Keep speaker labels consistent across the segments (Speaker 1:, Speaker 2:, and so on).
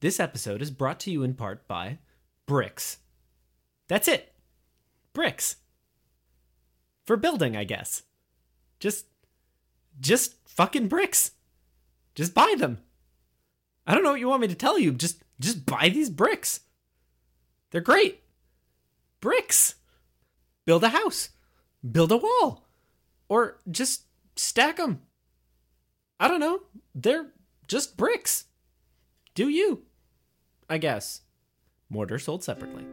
Speaker 1: This episode is brought to you in part by bricks. That's it. Bricks. For building, I guess. Just just fucking bricks. Just buy them. I don't know what you want me to tell you. Just just buy these bricks. They're great. Bricks. Build a house. Build a wall. Or just stack them. I don't know. They're just bricks. Do you? I guess. Mortar sold separately.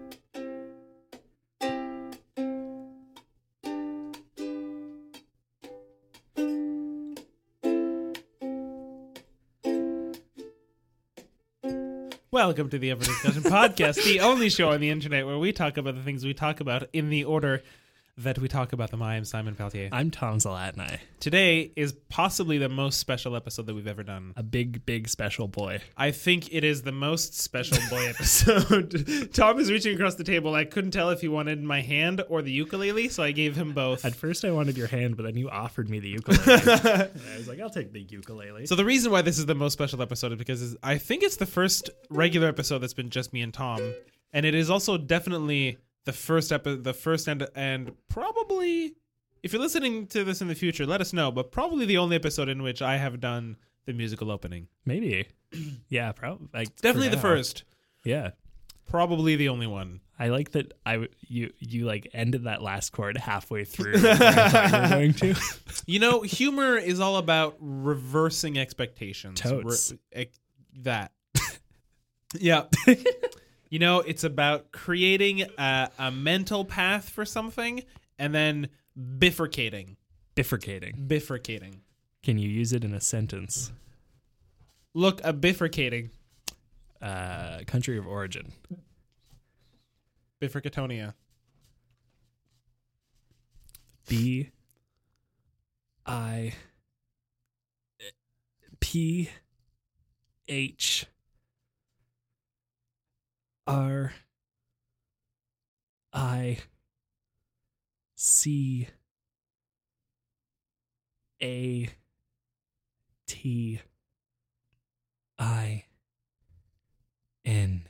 Speaker 2: Welcome to the Ever Discussion Podcast, the only show on the internet where we talk about the things we talk about in the order that we talk about them. I am Simon Peltier.
Speaker 3: I'm Tom Zalatni,
Speaker 2: Today is possibly the most special episode that we've ever done.
Speaker 3: a big, big special boy.
Speaker 2: I think it is the most special boy episode. Tom is reaching across the table. I couldn't tell if he wanted my hand or the ukulele, so I gave him both.
Speaker 3: At first, I wanted your hand, but then you offered me the ukulele. And I was like, I'll take the ukulele.
Speaker 2: So the reason why this is the most special episode is because is- I think it's the first regular episode that's been just me and Tom, and it is also definitely the first epi- the first and and probably if you're listening to this in the future, let us know. But probably the only episode in which I have done the musical opening.
Speaker 3: Maybe. Yeah, probably. Like, for
Speaker 2: Definitely the
Speaker 3: now.
Speaker 2: first.
Speaker 3: Yeah.
Speaker 2: Probably the only one.
Speaker 3: I like that I w- you you like ended that last chord halfway through. That's what we're going to.
Speaker 2: You know, humor is all about reversing expectations.
Speaker 3: Totes.
Speaker 2: ex- that. yeah. you know, it's about creating a, a mental path for something and then bifurcating.
Speaker 3: Bifurcating.
Speaker 2: Bifurcating.
Speaker 3: Can you use it in a sentence?
Speaker 2: Look, a bifurcating.
Speaker 3: Uh, country of origin.
Speaker 2: Bifurcatonia.
Speaker 3: B. I. P. H. R. I. C. A. T. I. N.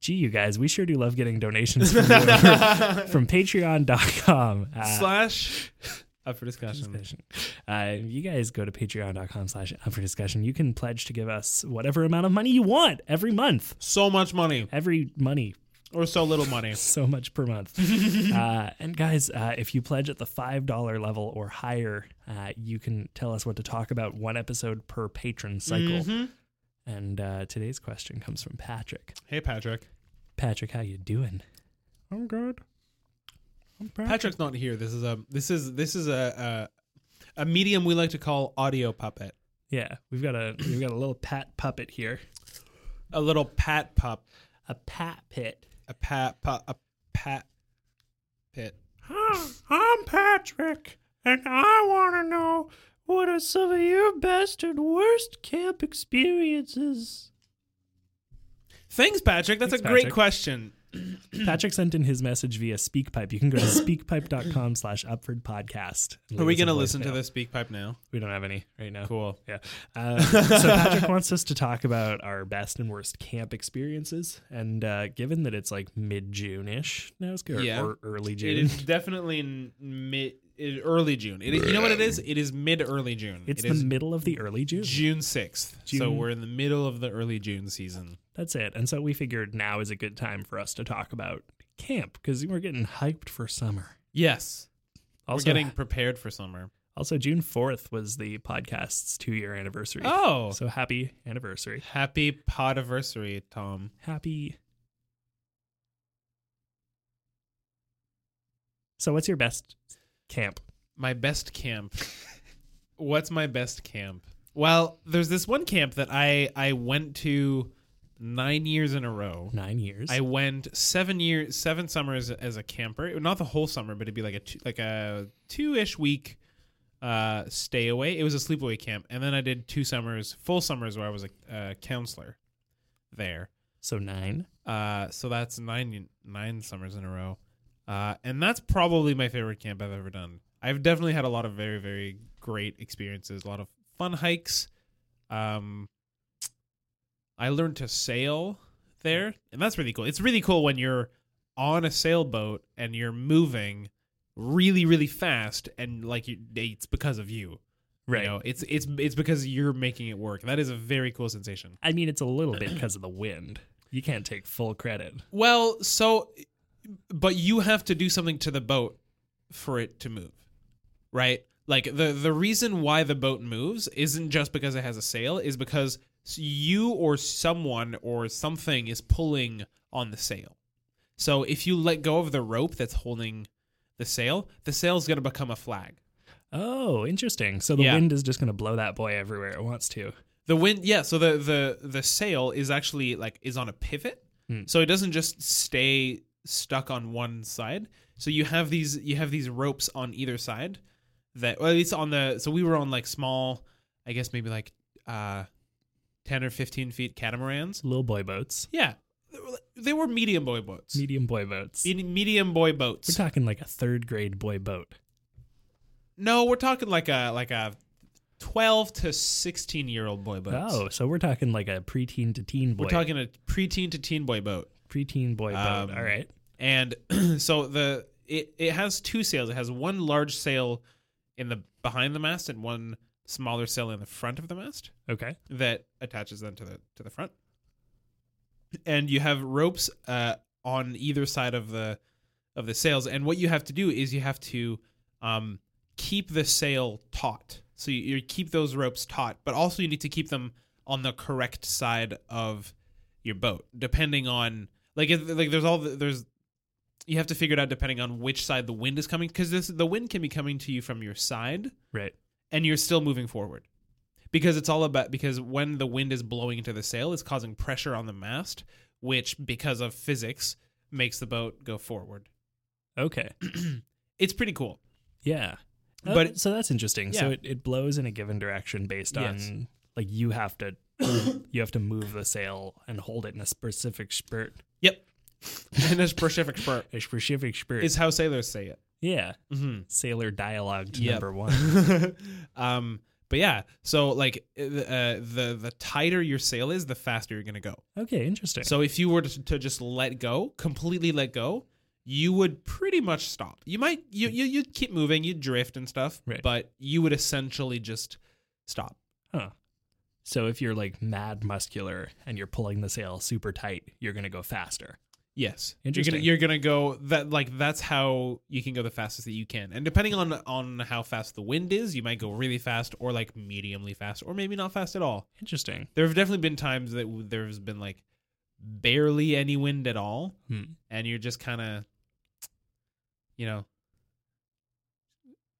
Speaker 3: Gee, you guys, we sure do love getting donations from, you over- from patreon.com. Uh,
Speaker 2: slash. Up for discussion.
Speaker 3: discussion. Uh, you guys go to patreon.com slash up for discussion. You can pledge to give us whatever amount of money you want every month.
Speaker 2: So much money
Speaker 3: Every money,
Speaker 2: or so little money.
Speaker 3: so much per month. uh, and guys, uh, if you pledge at the $5 level or higher, uh, you can tell us what to talk about one episode per patron cycle. And uh, today's question comes from Patrick.
Speaker 2: Hey, Patrick.
Speaker 3: Patrick, how you doing? I'm good. I'm
Speaker 2: Patrick's not here. This is a this is this is a a, a medium we like to call audio puppet.
Speaker 3: Yeah, we've got a we've got a little pat puppet here.
Speaker 2: A little pat pup.
Speaker 3: A pat pit.
Speaker 2: A pat pu- a pat pit.
Speaker 3: I'm Patrick, and I want to know what are some of your best and worst camp experiences?
Speaker 2: Thanks, Patrick. That's
Speaker 3: Thanks,
Speaker 2: a great
Speaker 3: Patrick.
Speaker 2: question.
Speaker 3: Patrick sent in his message via SpeakPipe. You can go to speakpipe.com slash Upford Podcast. and
Speaker 2: Are
Speaker 3: leave
Speaker 2: we
Speaker 3: us a
Speaker 2: gonna listen to
Speaker 3: voicemail.
Speaker 2: this speak pipe now?
Speaker 3: We don't have any right now.
Speaker 2: Cool.
Speaker 3: Yeah. Uh, so Patrick wants us to talk about our best and worst camp experiences. And uh, given that it's like mid-June-ish, now it's good,
Speaker 2: Yeah.
Speaker 3: or early
Speaker 2: It
Speaker 3: June.
Speaker 2: is definitely in mid in early June. It is, you know what it is? It is mid early June.
Speaker 3: It's
Speaker 2: It
Speaker 3: the
Speaker 2: is
Speaker 3: middle of the early June.
Speaker 2: June sixth. So
Speaker 3: June.
Speaker 2: we're in the middle of the early June season.
Speaker 3: That's it. And so we figured now is a good time for us to talk about camp because we're getting hyped for summer.
Speaker 2: Yes.
Speaker 3: Also,
Speaker 2: we're getting prepared for summer.
Speaker 3: also June 4th was the podcast's two year anniversary.
Speaker 2: Oh.
Speaker 3: So happy anniversary.
Speaker 2: Happy podiversary, Tom.
Speaker 3: Happy. So, what's your best camp?
Speaker 2: My best camp. What's my best camp? Well, there's this one camp that I I went to 9 years in a row.
Speaker 3: Nine years.
Speaker 2: I went 7 years 7 summers as a camper. Not the whole summer, but it'd be like a two, like a 2ish week uh stay away. It was a sleepaway camp. And then I did two summers, full summers where I was a uh, counselor there.
Speaker 3: so, nine.
Speaker 2: Uh, so that's nine nine summers in a row, uh, and that's probably my favorite camp I've ever done. I've definitely had a lot of very very great experiences, a lot of fun hikes, um, I learned to sail there, and that's really cool. It's really cool when you're on a sailboat and you're moving really, really fast, and like you, it's because of you. You
Speaker 3: Right.
Speaker 2: know, it's it's it's because you're making it work. That is a very cool sensation.
Speaker 3: I mean, it's a little bit because of the wind. You can't take full credit.
Speaker 2: Well, so, but you have to do something to the boat for it to move, right? Like the the reason why the boat moves isn't just because it has a sail, is because you or someone or something is pulling on the sail. So if you let go of the rope that's holding the sail, the sail's gonna become a flag.
Speaker 3: Oh, interesting. So the
Speaker 2: Yeah.
Speaker 3: wind is just going to blow that boy everywhere it wants to.
Speaker 2: The wind, yeah. So the the the sail is actually like is on a pivot,
Speaker 3: Hmm.
Speaker 2: so it doesn't just stay stuck on one side. So you have these you have these ropes on either side that, well, at least on the. So we were on like small, I guess maybe like uh, ten or fifteen feet catamarans.
Speaker 3: Little boy boats,
Speaker 2: Yeah, They were- they were medium boy boats.
Speaker 3: medium boy boats.
Speaker 2: Medi- medium boy boats.
Speaker 3: We're talking like a third grade boy boat.
Speaker 2: no, we're talking like a like a twelve to sixteen year old boy boats.
Speaker 3: Oh, so we're talking like a preteen to teen boy.
Speaker 2: we're talking a preteen to teen boy boat.
Speaker 3: preteen boy
Speaker 2: Um,
Speaker 3: boat. All right.
Speaker 2: and so the it, it has two sails. It has one large sail in the behind the mast and one smaller sail in the front of the mast
Speaker 3: Okay.
Speaker 2: that attaches them to the to the front. And you have ropes uh, on either side of the of the sails. And what you have to do is you have to um, keep the sail taut. So you, you keep those ropes taut, but also you need to keep them on the correct side of your boat, depending on like if, like there's all the, there's you have to figure it out depending on which side the wind is coming because this the wind can be coming to you from your side
Speaker 3: Right.
Speaker 2: and you're still moving forward because it's all about because when the wind is blowing into the sail it's causing pressure on the mast which because of physics makes the boat go forward
Speaker 3: Okay.
Speaker 2: it's pretty cool
Speaker 3: Yeah. Oh,
Speaker 2: But-
Speaker 3: so that's interesting. So
Speaker 2: Yeah.
Speaker 3: it, it blows in a given direction based on
Speaker 2: Yes.
Speaker 3: like you have to you have to move the sail and hold it in a specific spurt.
Speaker 2: yep and it's perfect for
Speaker 3: A specific spurt.
Speaker 2: is how sailors say it
Speaker 3: yeah.
Speaker 2: mm-hmm.
Speaker 3: Sailor dialogue to
Speaker 2: Yep.
Speaker 3: number one.
Speaker 2: um but yeah so like uh, the the tighter your sail is the faster you're gonna go
Speaker 3: Okay, interesting.
Speaker 2: So if you were to, to just let go, completely let go, you would pretty much stop. You might you you you'd keep moving, you'd drift and stuff,
Speaker 3: Right.
Speaker 2: but you would essentially just stop.
Speaker 3: Huh. So if you're like mad muscular and you're pulling the sail super tight, you're gonna go faster.
Speaker 2: Yes.
Speaker 3: Interesting.
Speaker 2: You're gonna, you're gonna go that like that's how you can go the fastest that you can. And depending on on how fast the wind is, you might go really fast or like mediumly fast or maybe not fast at all.
Speaker 3: Interesting.
Speaker 2: There have definitely been times that w- there's been like barely any wind at all
Speaker 3: Hmm.
Speaker 2: and you're just kind of you know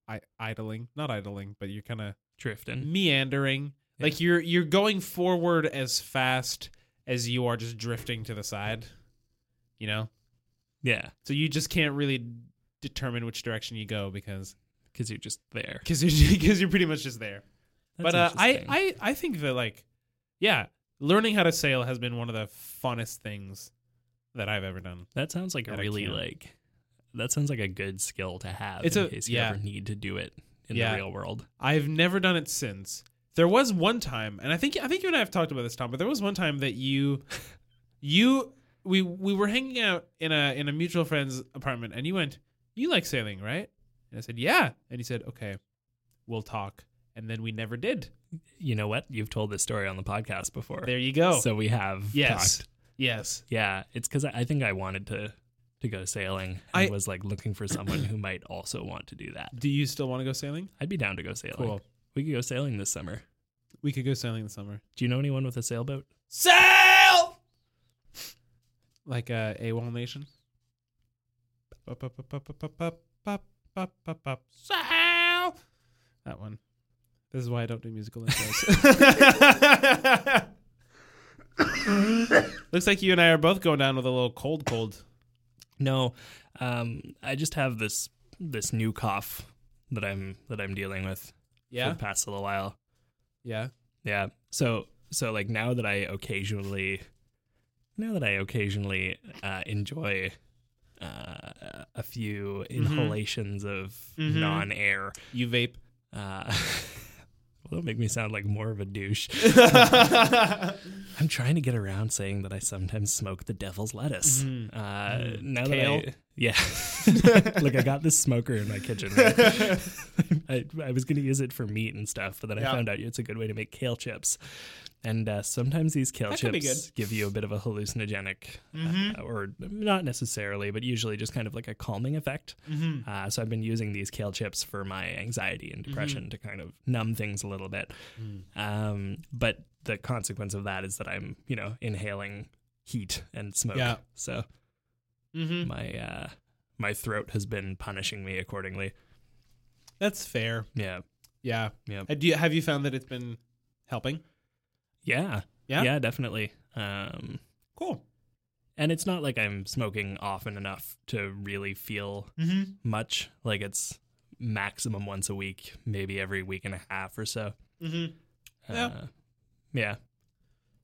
Speaker 2: I, idling not idling but you're kind of
Speaker 3: Drifting.
Speaker 2: meandering
Speaker 3: Hmm. Yeah.
Speaker 2: like you're you're going forward as fast as you are just drifting to the side you know
Speaker 3: Yeah.
Speaker 2: so you just can't really determine which direction you go because
Speaker 3: Because you're just there.
Speaker 2: because you're, because you're pretty much just there
Speaker 3: That's
Speaker 2: but uh, I,
Speaker 3: interesting.
Speaker 2: I I think that like yeah learning how to sail has been one of the funnest things that I've ever done
Speaker 3: That sounds like a
Speaker 2: That I
Speaker 3: really
Speaker 2: can't.
Speaker 3: like that sounds like a good skill to have
Speaker 2: It's
Speaker 3: in
Speaker 2: a-
Speaker 3: case you
Speaker 2: yeah.
Speaker 3: ever need to do it in
Speaker 2: Yeah.
Speaker 3: the real world.
Speaker 2: I've never done it since. There was one time, and I think I think you and I have talked about this, Tom. But there was one time that you, you, we we were hanging out in a in a mutual friend's apartment, and you went, "You like sailing, right?" And I said, "Yeah." And he said, "Okay, we'll talk." And then we never did.
Speaker 3: You know what? You've told this story on the podcast before.
Speaker 2: There you go.
Speaker 3: So we have
Speaker 2: yes,
Speaker 3: talked.
Speaker 2: yes.
Speaker 3: Yeah, it's because I, I think I wanted to to go sailing. and
Speaker 2: I-
Speaker 3: was like looking for someone who might also want to do that.
Speaker 2: Do you still want to go sailing?
Speaker 3: I'd be down to go sailing.
Speaker 2: Cool.
Speaker 3: We could go sailing this summer.
Speaker 2: We could go sailing this summer.
Speaker 3: Do you know anyone with a sailboat?
Speaker 2: Sail. Like a uh, AWOL Nation. Bup, bup, bup, bup, bup, bup, bup, bup, bup, bup. Sail. That one. This is why I don't do musical intros. Looks like you and I are both going down with a little cold, cold.
Speaker 3: No, um, I just have this this new cough that I'm that I'm dealing with for
Speaker 2: Yeah,
Speaker 3: the past little while.
Speaker 2: yeah.
Speaker 3: Yeah. So so like now that I occasionally now that I occasionally uh, enjoy uh, a few inhalations of
Speaker 2: Mhm.
Speaker 3: non-air,
Speaker 2: You vape.
Speaker 3: uh, well, That'll make me sound like more of a douche.
Speaker 2: yeah,
Speaker 3: I'm trying to get around saying that I sometimes smoke the devil's lettuce. Uh, Now
Speaker 2: Mm.
Speaker 3: that
Speaker 2: Kale?
Speaker 3: I, yeah, look, I got this smoker in my kitchen. right? I, I was going to use it for meat and stuff, but then I
Speaker 2: Yeah.
Speaker 3: found out it's a good way to make kale chips. And uh, sometimes these kale
Speaker 2: That could be Mm-hmm.
Speaker 3: chips give you a bit of a hallucinogenic, uh, or not necessarily, but usually just kind of like a calming effect.
Speaker 2: Mm-hmm.
Speaker 3: Uh, so I've been using these kale chips for my anxiety and depression to kind of numb things a little bit. Um, but the consequence of that is that I'm, you know, inhaling heat and smoke.
Speaker 2: Yeah.
Speaker 3: So
Speaker 2: Mhm.
Speaker 3: my uh, my throat has been punishing me accordingly.
Speaker 2: that's fair.
Speaker 3: Yeah.
Speaker 2: Yeah,
Speaker 3: Yeah.
Speaker 2: Uh, Do you, have you found that it's been helping?
Speaker 3: Yeah.
Speaker 2: Yeah?
Speaker 3: Yeah, definitely. Um,
Speaker 2: Cool.
Speaker 3: and it's not like I'm smoking often enough to really feel
Speaker 2: Mm-hmm.
Speaker 3: much. Like it's maximum once a week, maybe every week and a half or so.
Speaker 2: Mm-hmm. Yeah.
Speaker 3: Uh, yeah.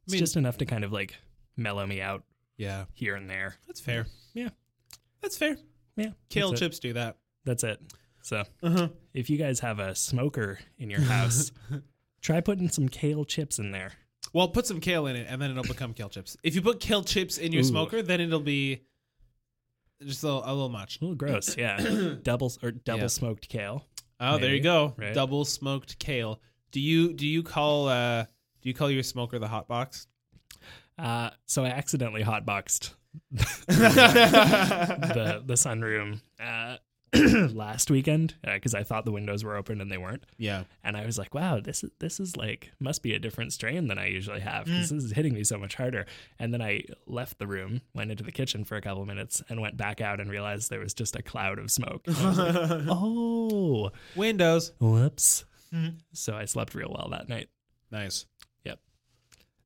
Speaker 3: It's
Speaker 2: mean-
Speaker 3: just enough to kind of like mellow me out
Speaker 2: Yeah,
Speaker 3: here and there.
Speaker 2: that's fair.
Speaker 3: Yeah.
Speaker 2: that's fair.
Speaker 3: Yeah.
Speaker 2: Kale
Speaker 3: that's it.
Speaker 2: chips do that.
Speaker 3: That's it. So
Speaker 2: Uh-huh.
Speaker 3: if you guys have a smoker in your house, try putting some kale chips in there.
Speaker 2: Well, put some kale in it, and then it'll become kale chips. If you put kale chips in your
Speaker 3: Ooh.
Speaker 2: smoker, then it'll be just a little, a little much.
Speaker 3: A little gross, yeah. double or double
Speaker 2: Yeah.
Speaker 3: smoked kale.
Speaker 2: Oh, there you
Speaker 3: Maybe,
Speaker 2: go.
Speaker 3: right?
Speaker 2: Double smoked kale. Do you do you call uh do you call your smoker the hot box?
Speaker 3: Uh, so I accidentally hotboxed the the sunroom uh, last weekend because I thought the windows were open and they weren't,
Speaker 2: Yeah.
Speaker 3: and I was like, "Wow, this is this is like must be a different strain than I usually have. 'cause This is hitting me so much harder." And then I left the room, went into the kitchen for a couple minutes, and went back out and realized there was just a cloud of smoke. And I was like, oh,
Speaker 2: Windows.
Speaker 3: whoops!
Speaker 2: Mm-hmm.
Speaker 3: So I slept real well that night.
Speaker 2: Nice.
Speaker 3: Yep.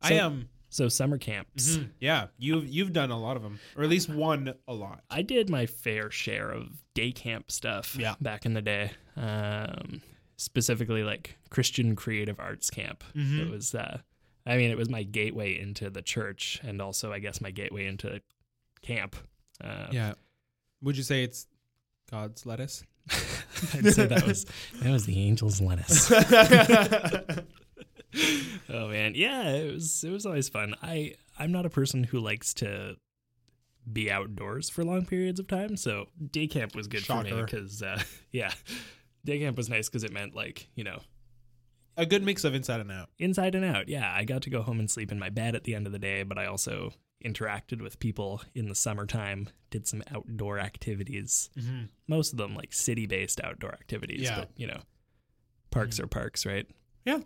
Speaker 2: I
Speaker 3: So-
Speaker 2: am.
Speaker 3: So summer
Speaker 2: Mm-hmm.
Speaker 3: camps.
Speaker 2: yeah, you've you've done a lot of them, or at least one a lot.
Speaker 3: I did my fair share of day camp stuff
Speaker 2: Yeah.
Speaker 3: back in the day. Um, specifically like Christian Creative Arts Camp.
Speaker 2: Mm-hmm.
Speaker 3: It was uh I mean it was my gateway into the church and also I guess my gateway into camp. Uh,
Speaker 2: Yeah. Would you say it's God's lettuce?
Speaker 3: I'd say that was that was the angel's lettuce. oh man, yeah, it was it was always fun. I I'm not a person who likes to be outdoors for long periods of time, so day camp was good for me
Speaker 2: Shocker.
Speaker 3: because uh, yeah, day camp was nice because it meant like you know
Speaker 2: A good mix of inside and out.
Speaker 3: inside and out. Yeah, I got to go home and sleep in my bed at the end of the day, but I also interacted with people in the summertime, did some outdoor activities. Most of them like city based outdoor activities,
Speaker 2: Mm-hmm. Yeah. Mm.
Speaker 3: but you know, parks are parks, right?
Speaker 2: Yeah.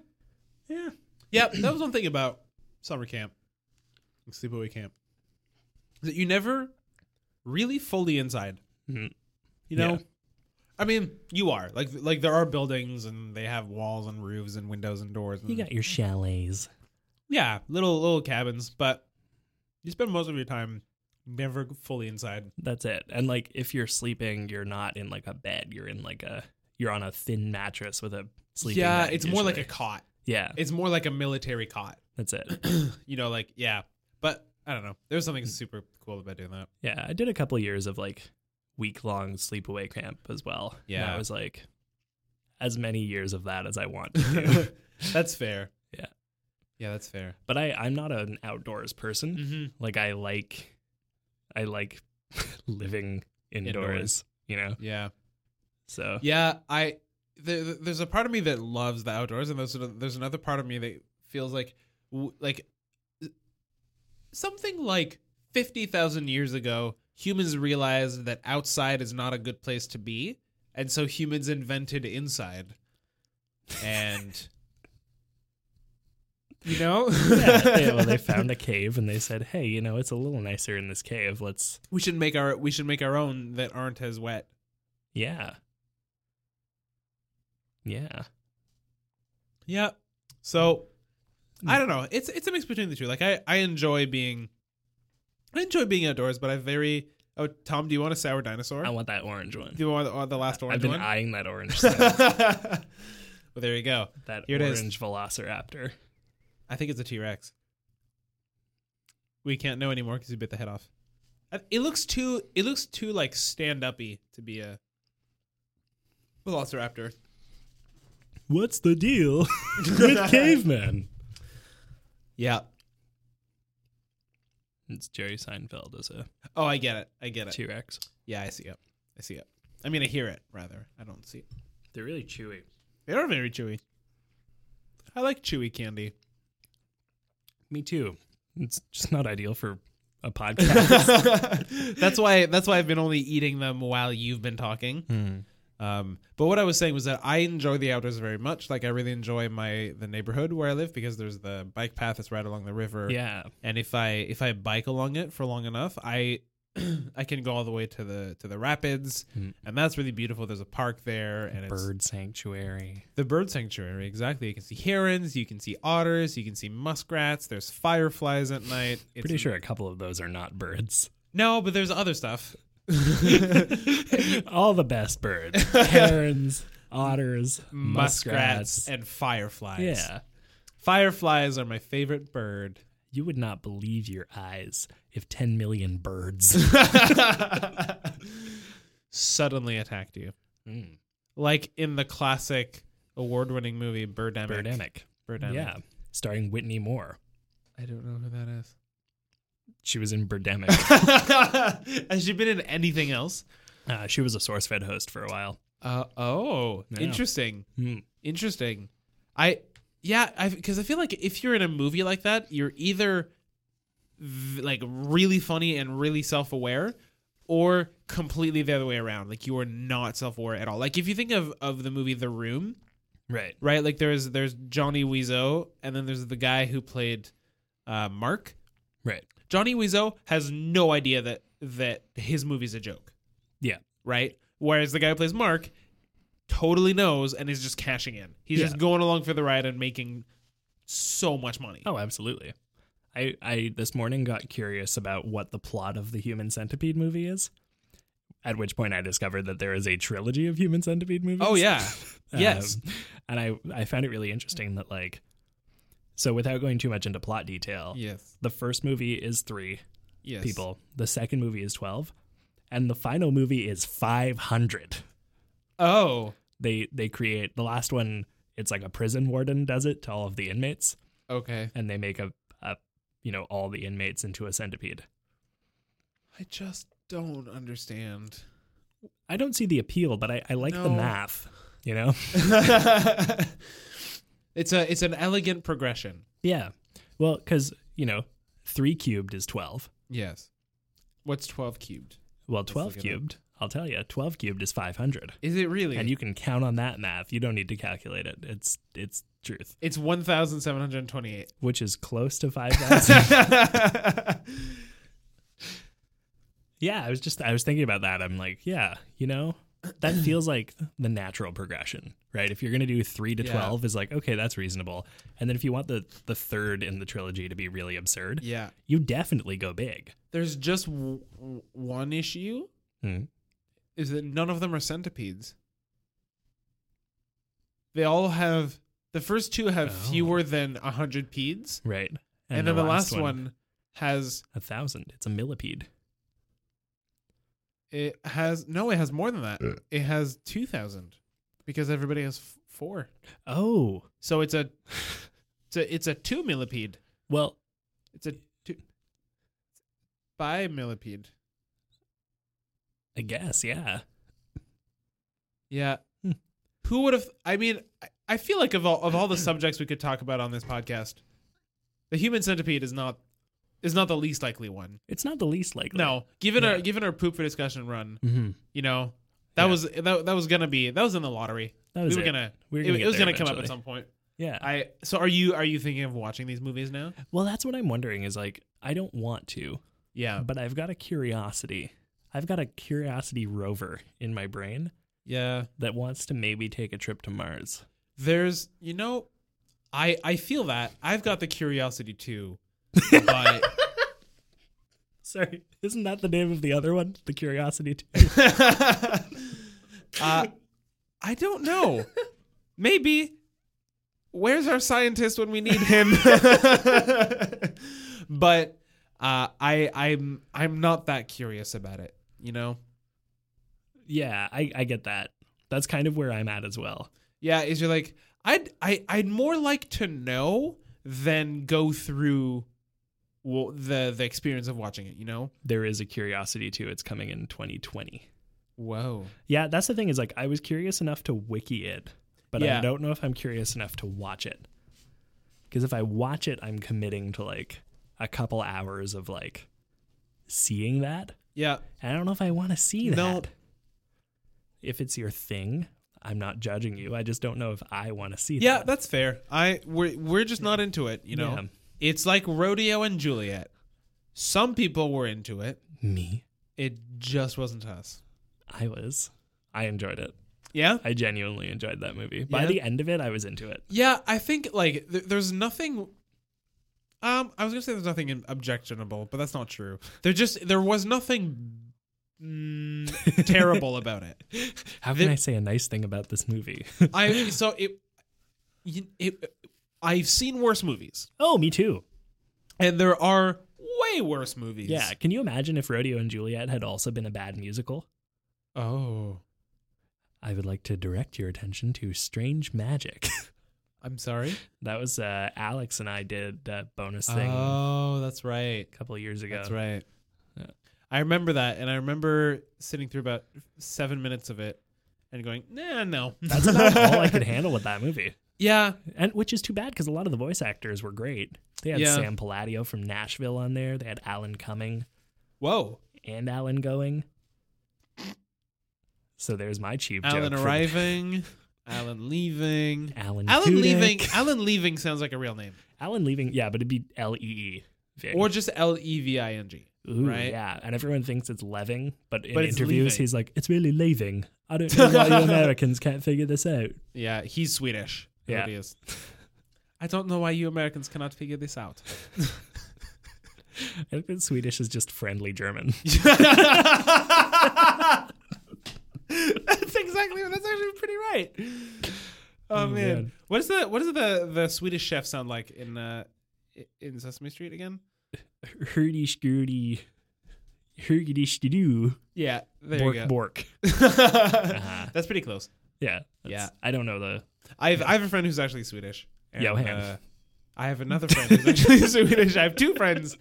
Speaker 3: Yeah.
Speaker 2: Yeah, that was one thing about summer camp, and sleepaway camp, is that you never really fully inside.
Speaker 3: Mhm.
Speaker 2: You know,
Speaker 3: Yeah.
Speaker 2: I mean, you are like like there are buildings and they have walls and roofs and windows and doors. And,
Speaker 3: You got your chalets.
Speaker 2: yeah, little little cabins, but you spend most of your time never fully inside.
Speaker 3: That's it. And like if you're sleeping, you're not in like a bed. You're in like a you're on a thin mattress with a sleeping.
Speaker 2: yeah,
Speaker 3: mat
Speaker 2: it's more like a
Speaker 3: usually.
Speaker 2: cot.
Speaker 3: Yeah,
Speaker 2: It's more like a military cot.
Speaker 3: that's it.
Speaker 2: You know, like yeah, but I don't know. There's something super cool about doing that.
Speaker 3: Yeah, I did a couple years of like week long sleepaway camp as well. And
Speaker 2: Yeah.
Speaker 3: I was like as many years of that as I want to do.
Speaker 2: that's fair.
Speaker 3: Yeah.
Speaker 2: yeah, that's fair.
Speaker 3: but I, I'm not an outdoors person.
Speaker 2: Mm-hmm.
Speaker 3: Like I like I like living indoors,
Speaker 2: Indoors.
Speaker 3: you know?
Speaker 2: Yeah.
Speaker 3: So
Speaker 2: Yeah, I there, there's a part of me that loves the outdoors, and there's there's another part of me that feels like w- like something like fifty thousand years ago, humans realized that outside is not a good place to be, and so humans invented inside, and you know,
Speaker 3: yeah, they, well, they found a cave and they said, "Hey, you know, it's a little nicer in this cave. Let's,
Speaker 2: we should make our we should make our own that aren't as wet.
Speaker 3: yeah, yeah,
Speaker 2: Yeah. So I don't know. It's it's a mix between the two. Like I I enjoy being I enjoy being outdoors, but I very Oh, Tom, do you want a sour dinosaur?
Speaker 3: I want that orange one.
Speaker 2: do you want the, or the last
Speaker 3: I've
Speaker 2: orange
Speaker 3: been
Speaker 2: one?
Speaker 3: eyeing that orange,
Speaker 2: well, there you go.
Speaker 3: that
Speaker 2: Here it is.
Speaker 3: orange Velociraptor."
Speaker 2: I think it's a T Rex. We can't know anymore because he bit the head off. Uh, It looks too. It looks too like stand uppy to be a Velociraptor.
Speaker 3: what's the deal with cavemen?
Speaker 2: Yeah.
Speaker 3: It's Jerry Seinfeld as a
Speaker 2: Oh, I get it. I get it.
Speaker 3: T Rex.
Speaker 2: Yeah, I see it. I see it. I mean, I hear it rather. I don't see it.
Speaker 3: They're really chewy.
Speaker 2: They are very chewy. I like chewy candy.
Speaker 3: Me too. It's just not ideal for a podcast.
Speaker 2: that's why. That's why I've been only eating them while you've been talking. Um, but what I was saying was that I enjoy the outdoors very much. Like I really enjoy my the neighborhood where I live because there's the bike path that's right along the river.
Speaker 3: yeah.
Speaker 2: and if I if I bike along it for long enough, I I can go all the way to the to the rapids, and that's really beautiful. There's a park there, and it's
Speaker 3: Bird sanctuary.
Speaker 2: the bird sanctuary exactly. You can see herons, you can see otters, you can see muskrats. There's fireflies at night. It's
Speaker 3: Pretty sure a couple of those are not birds.
Speaker 2: no, but there's other stuff.
Speaker 3: All the best birds. Herons, otters,
Speaker 2: Muskrats,
Speaker 3: muskrats.
Speaker 2: and fireflies.
Speaker 3: Yeah.
Speaker 2: fireflies are my favorite bird.
Speaker 3: You would not believe your eyes if 10 million birds.
Speaker 2: Suddenly attacked you,
Speaker 3: Mm.
Speaker 2: like in the classic award-winning movie Birdemic.
Speaker 3: Birdemic.
Speaker 2: Birdemic.
Speaker 3: Yeah. Starring Whitney Moore.
Speaker 2: I don't know who that is.
Speaker 3: She was in Birdemic.
Speaker 2: Has she been in anything else?
Speaker 3: uh, she was a SourceFed host for a while.
Speaker 2: Uh, oh,
Speaker 3: Yeah.
Speaker 2: interesting,
Speaker 3: Hmm.
Speaker 2: interesting. I yeah, I because I feel like if you're in a movie like that, you're either v- like really funny and really self-aware, or completely the other way around. Like you are not self-aware at all. Like if you think of of the movie The Room,
Speaker 3: Right.
Speaker 2: right? Like there's there's Johnny Wiseau, and then there's the guy who played uh, Mark.
Speaker 3: Right.
Speaker 2: Johnny Wiseau has no idea that that his movie's a joke.
Speaker 3: Yeah.
Speaker 2: right? Whereas the guy who plays Mark totally knows and is just cashing in. He's
Speaker 3: Yeah.
Speaker 2: just going along for the ride and making so much money.
Speaker 3: Oh, absolutely. I, I this morning got curious about what the plot of the Human Centipede movie is. At which point I discovered that there is a trilogy of Human Centipede movies.
Speaker 2: Oh, yeah.
Speaker 3: Um,
Speaker 2: yes.
Speaker 3: and I I found it really interesting that like so without going too much into plot detail,
Speaker 2: yes.
Speaker 3: the first movie is 3
Speaker 2: Yes.
Speaker 3: people, the second movie is 12, and the final movie is 500.
Speaker 2: Oh.
Speaker 3: They they create the last one it's like a prison warden does it to all of the inmates
Speaker 2: Okay.
Speaker 3: and they make a, a you know all the inmates into a centipede.
Speaker 2: I just don't understand.
Speaker 3: I don't see the appeal, but I, I like the
Speaker 2: No.
Speaker 3: math. You know,
Speaker 2: it's a it's an elegant progression.
Speaker 3: yeah. Well, because you know, three cubed is twelve.
Speaker 2: Yes. What's 12 cubed?
Speaker 3: Well, twelve
Speaker 2: look it up.
Speaker 3: cubed, I'll tell you, twelve cubed is five hundred,
Speaker 2: Is it really?
Speaker 3: and you can count on that math. You don't need to calculate it. It's it's truth,
Speaker 2: it's 1728.
Speaker 3: which is close to five thousand. yeah, I was just I was thinking about that. I'm like, yeah, you know, that feels like the natural progression, right? If you're gonna do three to
Speaker 2: Yeah.
Speaker 3: twelve, is like okay, that's reasonable. And then if you want the the third in the trilogy to be really absurd,
Speaker 2: yeah.
Speaker 3: you definitely go big.
Speaker 2: There's just w- w- one issue
Speaker 3: Hmm.
Speaker 2: is that none of them are centipedes. They all have the first two have
Speaker 3: Oh.
Speaker 2: fewer than a hundred peds,
Speaker 3: Right.
Speaker 2: and, then the last, one, has
Speaker 3: a thousand. It's a millipede.
Speaker 2: it has no, it has more than that. It has two thousand because everybody has f- four,
Speaker 3: Oh,
Speaker 2: so it's a it's a it's a two millipede.
Speaker 3: well,
Speaker 2: It's a two bi millipede.
Speaker 3: I guess, yeah.
Speaker 2: Yeah.
Speaker 3: Hmm.
Speaker 2: Who would have? I mean, I- I feel like of all of all the subjects we could talk about on this podcast, the human centipede is not is not the least likely one.
Speaker 3: It's not the least likely.
Speaker 2: No, given our
Speaker 3: Yeah.
Speaker 2: given our poop for discussion run,
Speaker 3: Mm-hmm.
Speaker 2: you know that
Speaker 3: Yeah.
Speaker 2: was that, that was gonna be that was in the lottery.
Speaker 3: That
Speaker 2: we
Speaker 3: was
Speaker 2: were
Speaker 3: it.
Speaker 2: gonna
Speaker 3: We were
Speaker 2: it-
Speaker 3: gonna
Speaker 2: it,
Speaker 3: get
Speaker 2: was
Speaker 3: there
Speaker 2: gonna come up at
Speaker 3: eventually.
Speaker 2: some point.
Speaker 3: Yeah.
Speaker 2: I so are you are you thinking of watching these movies now?
Speaker 3: well, that's what I'm wondering is like, I don't want to,
Speaker 2: Yeah,
Speaker 3: but I've got a curiosity. I've got a curiosity rover in my brain
Speaker 2: yeah.
Speaker 3: that wants to maybe take a trip to Mars.
Speaker 2: There's you know, I I feel that I've got the curiosity too, but.
Speaker 3: Sorry, isn't that the name of the other one? The Curiosity? T-
Speaker 2: Uh, I don't know. Maybe. Where's our scientist when we need him? but uh, I, I'm, I'm not that curious about it. You know.
Speaker 3: yeah, I, I get that. That's kind of where I'm at as well.
Speaker 2: Yeah, is you're like I'd I, I'd more like to know than go through well, the the experience of watching it. You know.
Speaker 3: There is a curiosity too. It's coming in 2020.
Speaker 2: Whoa.
Speaker 3: Yeah, that's the thing is like I was curious enough to wiki it, but I
Speaker 2: Yeah.
Speaker 3: don't know if I'm curious enough to watch it. Because if I watch it, I'm committing to like a couple hours of like seeing that.
Speaker 2: Yeah.
Speaker 3: And I don't know if I want to see that.
Speaker 2: No.
Speaker 3: If it's your thing, I'm not judging you. I just don't know if I want to see
Speaker 2: Yeah,
Speaker 3: that.
Speaker 2: that's fair. I we're we're just not into it. You know.
Speaker 3: Yeah.
Speaker 2: It's like Rodeo and Juliet. Some people were into it.
Speaker 3: Me,
Speaker 2: It just wasn't us.
Speaker 3: I was. I enjoyed it.
Speaker 2: Yeah.
Speaker 3: I genuinely enjoyed that movie. By
Speaker 2: Yeah.
Speaker 3: the end of it, I was into it.
Speaker 2: Yeah, I think like th- there's nothing. Um, I was gonna say there's nothing in- objectionable, but that's not true. There just there was nothing mm, terrible about it.
Speaker 3: How can
Speaker 2: The-
Speaker 3: I say a nice thing about this movie?
Speaker 2: I so it, you- it I've seen worse movies,
Speaker 3: oh, me too.
Speaker 2: and there are way worse movies.
Speaker 3: Yeah. Can you imagine if Rodeo and Juliet had also been a bad musical?
Speaker 2: Oh,
Speaker 3: I would like to direct your attention to Strange Magic.
Speaker 2: I'm sorry.
Speaker 3: that was uh, Alex and I did that bonus thing a
Speaker 2: Oh, that's right.
Speaker 3: couple of years ago.
Speaker 2: That's right.
Speaker 3: Yeah.
Speaker 2: I remember that, and I remember sitting through about seven minutes of it and going, "Nah, no."
Speaker 3: That's about all I could handle with that movie.
Speaker 2: yeah,
Speaker 3: and which is too bad because a lot of the voice actors were great. They had
Speaker 2: Yeah.
Speaker 3: Sam Palladio from Nashville on there. They had Alan Cumming
Speaker 2: Whoa.
Speaker 3: and Alan Going. So there's my cheap
Speaker 2: Alan
Speaker 3: joke. for-
Speaker 2: arriving, Alan leaving.
Speaker 3: Alan.
Speaker 2: Alan
Speaker 3: Tudyk.
Speaker 2: leaving. Alan leaving sounds like a real name,
Speaker 3: Alan leaving. Yeah, but it'd be L E E.
Speaker 2: or just L E V I N G.
Speaker 3: Ooh,
Speaker 2: right?
Speaker 3: Yeah, and everyone thinks it's leving, but in
Speaker 2: But it's
Speaker 3: interviews
Speaker 2: leaving.
Speaker 3: he's like, "It's really leaving." I don't know why you Americans can't figure this out.
Speaker 2: Yeah, he's Swedish.
Speaker 3: Yeah.
Speaker 2: Yeah, he is. I don't know why you Americans cannot figure this out.
Speaker 3: I think that Swedish is just friendly German.
Speaker 2: that's exactly. That's actually pretty right. Oh, man.
Speaker 3: man.
Speaker 2: what is the what does the the Swedish chef sound like in uh i- in Sesame Street again?
Speaker 3: Hurdy skurdy, hurdy skurdy,
Speaker 2: Yeah, there you
Speaker 3: bork
Speaker 2: go.
Speaker 3: bork.
Speaker 2: Uh-huh. That's pretty close.
Speaker 3: Yeah,
Speaker 2: Yeah.
Speaker 3: that's- I don't know the
Speaker 2: I've I have a friend who's actually Swedish. and,
Speaker 3: Johan.
Speaker 2: uh, I have another friend who's actually Swedish. I have two friends.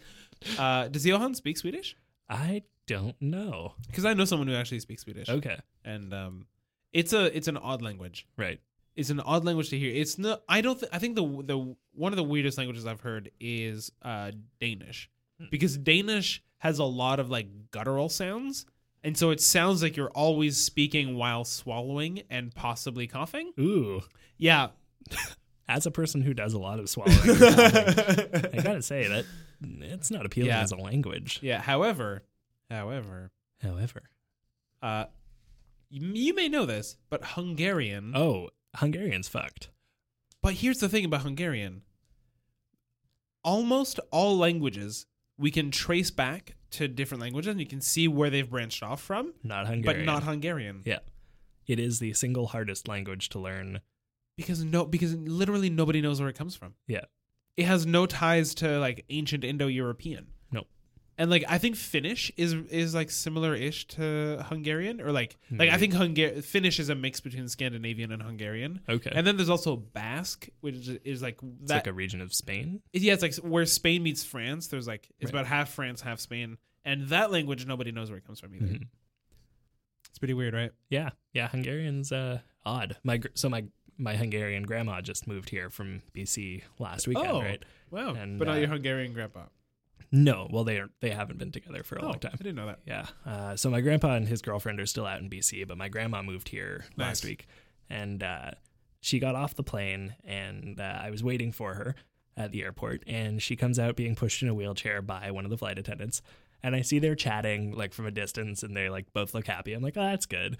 Speaker 2: Uh, does Johan speak Swedish?
Speaker 3: I don't know.
Speaker 2: Because I know someone who actually speaks Swedish,
Speaker 3: Okay.
Speaker 2: and um, it's a it's an odd language.
Speaker 3: Right.
Speaker 2: It's an odd language to hear. It's no, I don't. Th- I think the the one of the weirdest languages I've heard is uh, Danish, because Danish has a lot of like guttural sounds, and so it sounds like you're always speaking while swallowing and possibly coughing.
Speaker 3: Ooh.
Speaker 2: Yeah,
Speaker 3: As a person who does a lot of swallowing, and coughing, I gotta say that it's not appealing
Speaker 2: Yeah.
Speaker 3: as a language.
Speaker 2: yeah. However, however,
Speaker 3: However,
Speaker 2: uh, you, you may know this, but Hungarian.
Speaker 3: oh, Hungarian's fucked.
Speaker 2: But here's the thing about Hungarian. Almost all languages we can trace back to different languages and you can see where they've branched off from,
Speaker 3: Not Hungarian.
Speaker 2: but not Hungarian.
Speaker 3: Yeah. It is the single hardest language to learn.
Speaker 2: Because no because literally nobody knows where it comes from.
Speaker 3: Yeah.
Speaker 2: It has no ties to like ancient Indo-European.
Speaker 3: No.
Speaker 2: And like I think Finnish is is like similar ish to Hungarian or like like I
Speaker 3: Maybe.
Speaker 2: think Hungar- Finnish is a mix between Scandinavian and Hungarian.
Speaker 3: Okay.
Speaker 2: And then there's also Basque, which is, is like
Speaker 3: it's
Speaker 2: that
Speaker 3: like a region of Spain.
Speaker 2: yeah, it's like where Spain meets France. There's like it's about half France, half Spain, and that language nobody knows where it comes from either.
Speaker 3: Mhm.
Speaker 2: It's pretty weird, right?
Speaker 3: Yeah. Yeah. Hungarian's uh, odd. My gr- so my my Hungarian grandma just moved here from BC last weekend,
Speaker 2: Oh.
Speaker 3: right?
Speaker 2: Wow,
Speaker 3: And,
Speaker 2: but
Speaker 3: uh,
Speaker 2: not your Hungarian grandpa.
Speaker 3: No. Well, they are, they haven't been together for a
Speaker 2: Oh,
Speaker 3: long time.
Speaker 2: I didn't know that.
Speaker 3: Yeah. Uh, so my grandpa and his girlfriend are still out in BC, but my grandma moved here last
Speaker 2: Nice.
Speaker 3: week, and uh, she got off the plane, and uh, I was waiting for her at the airport, and she comes out being pushed in a wheelchair by one of the flight attendants, and I see they're chatting like from a distance, and they like both look happy. I'm like, oh, that's good.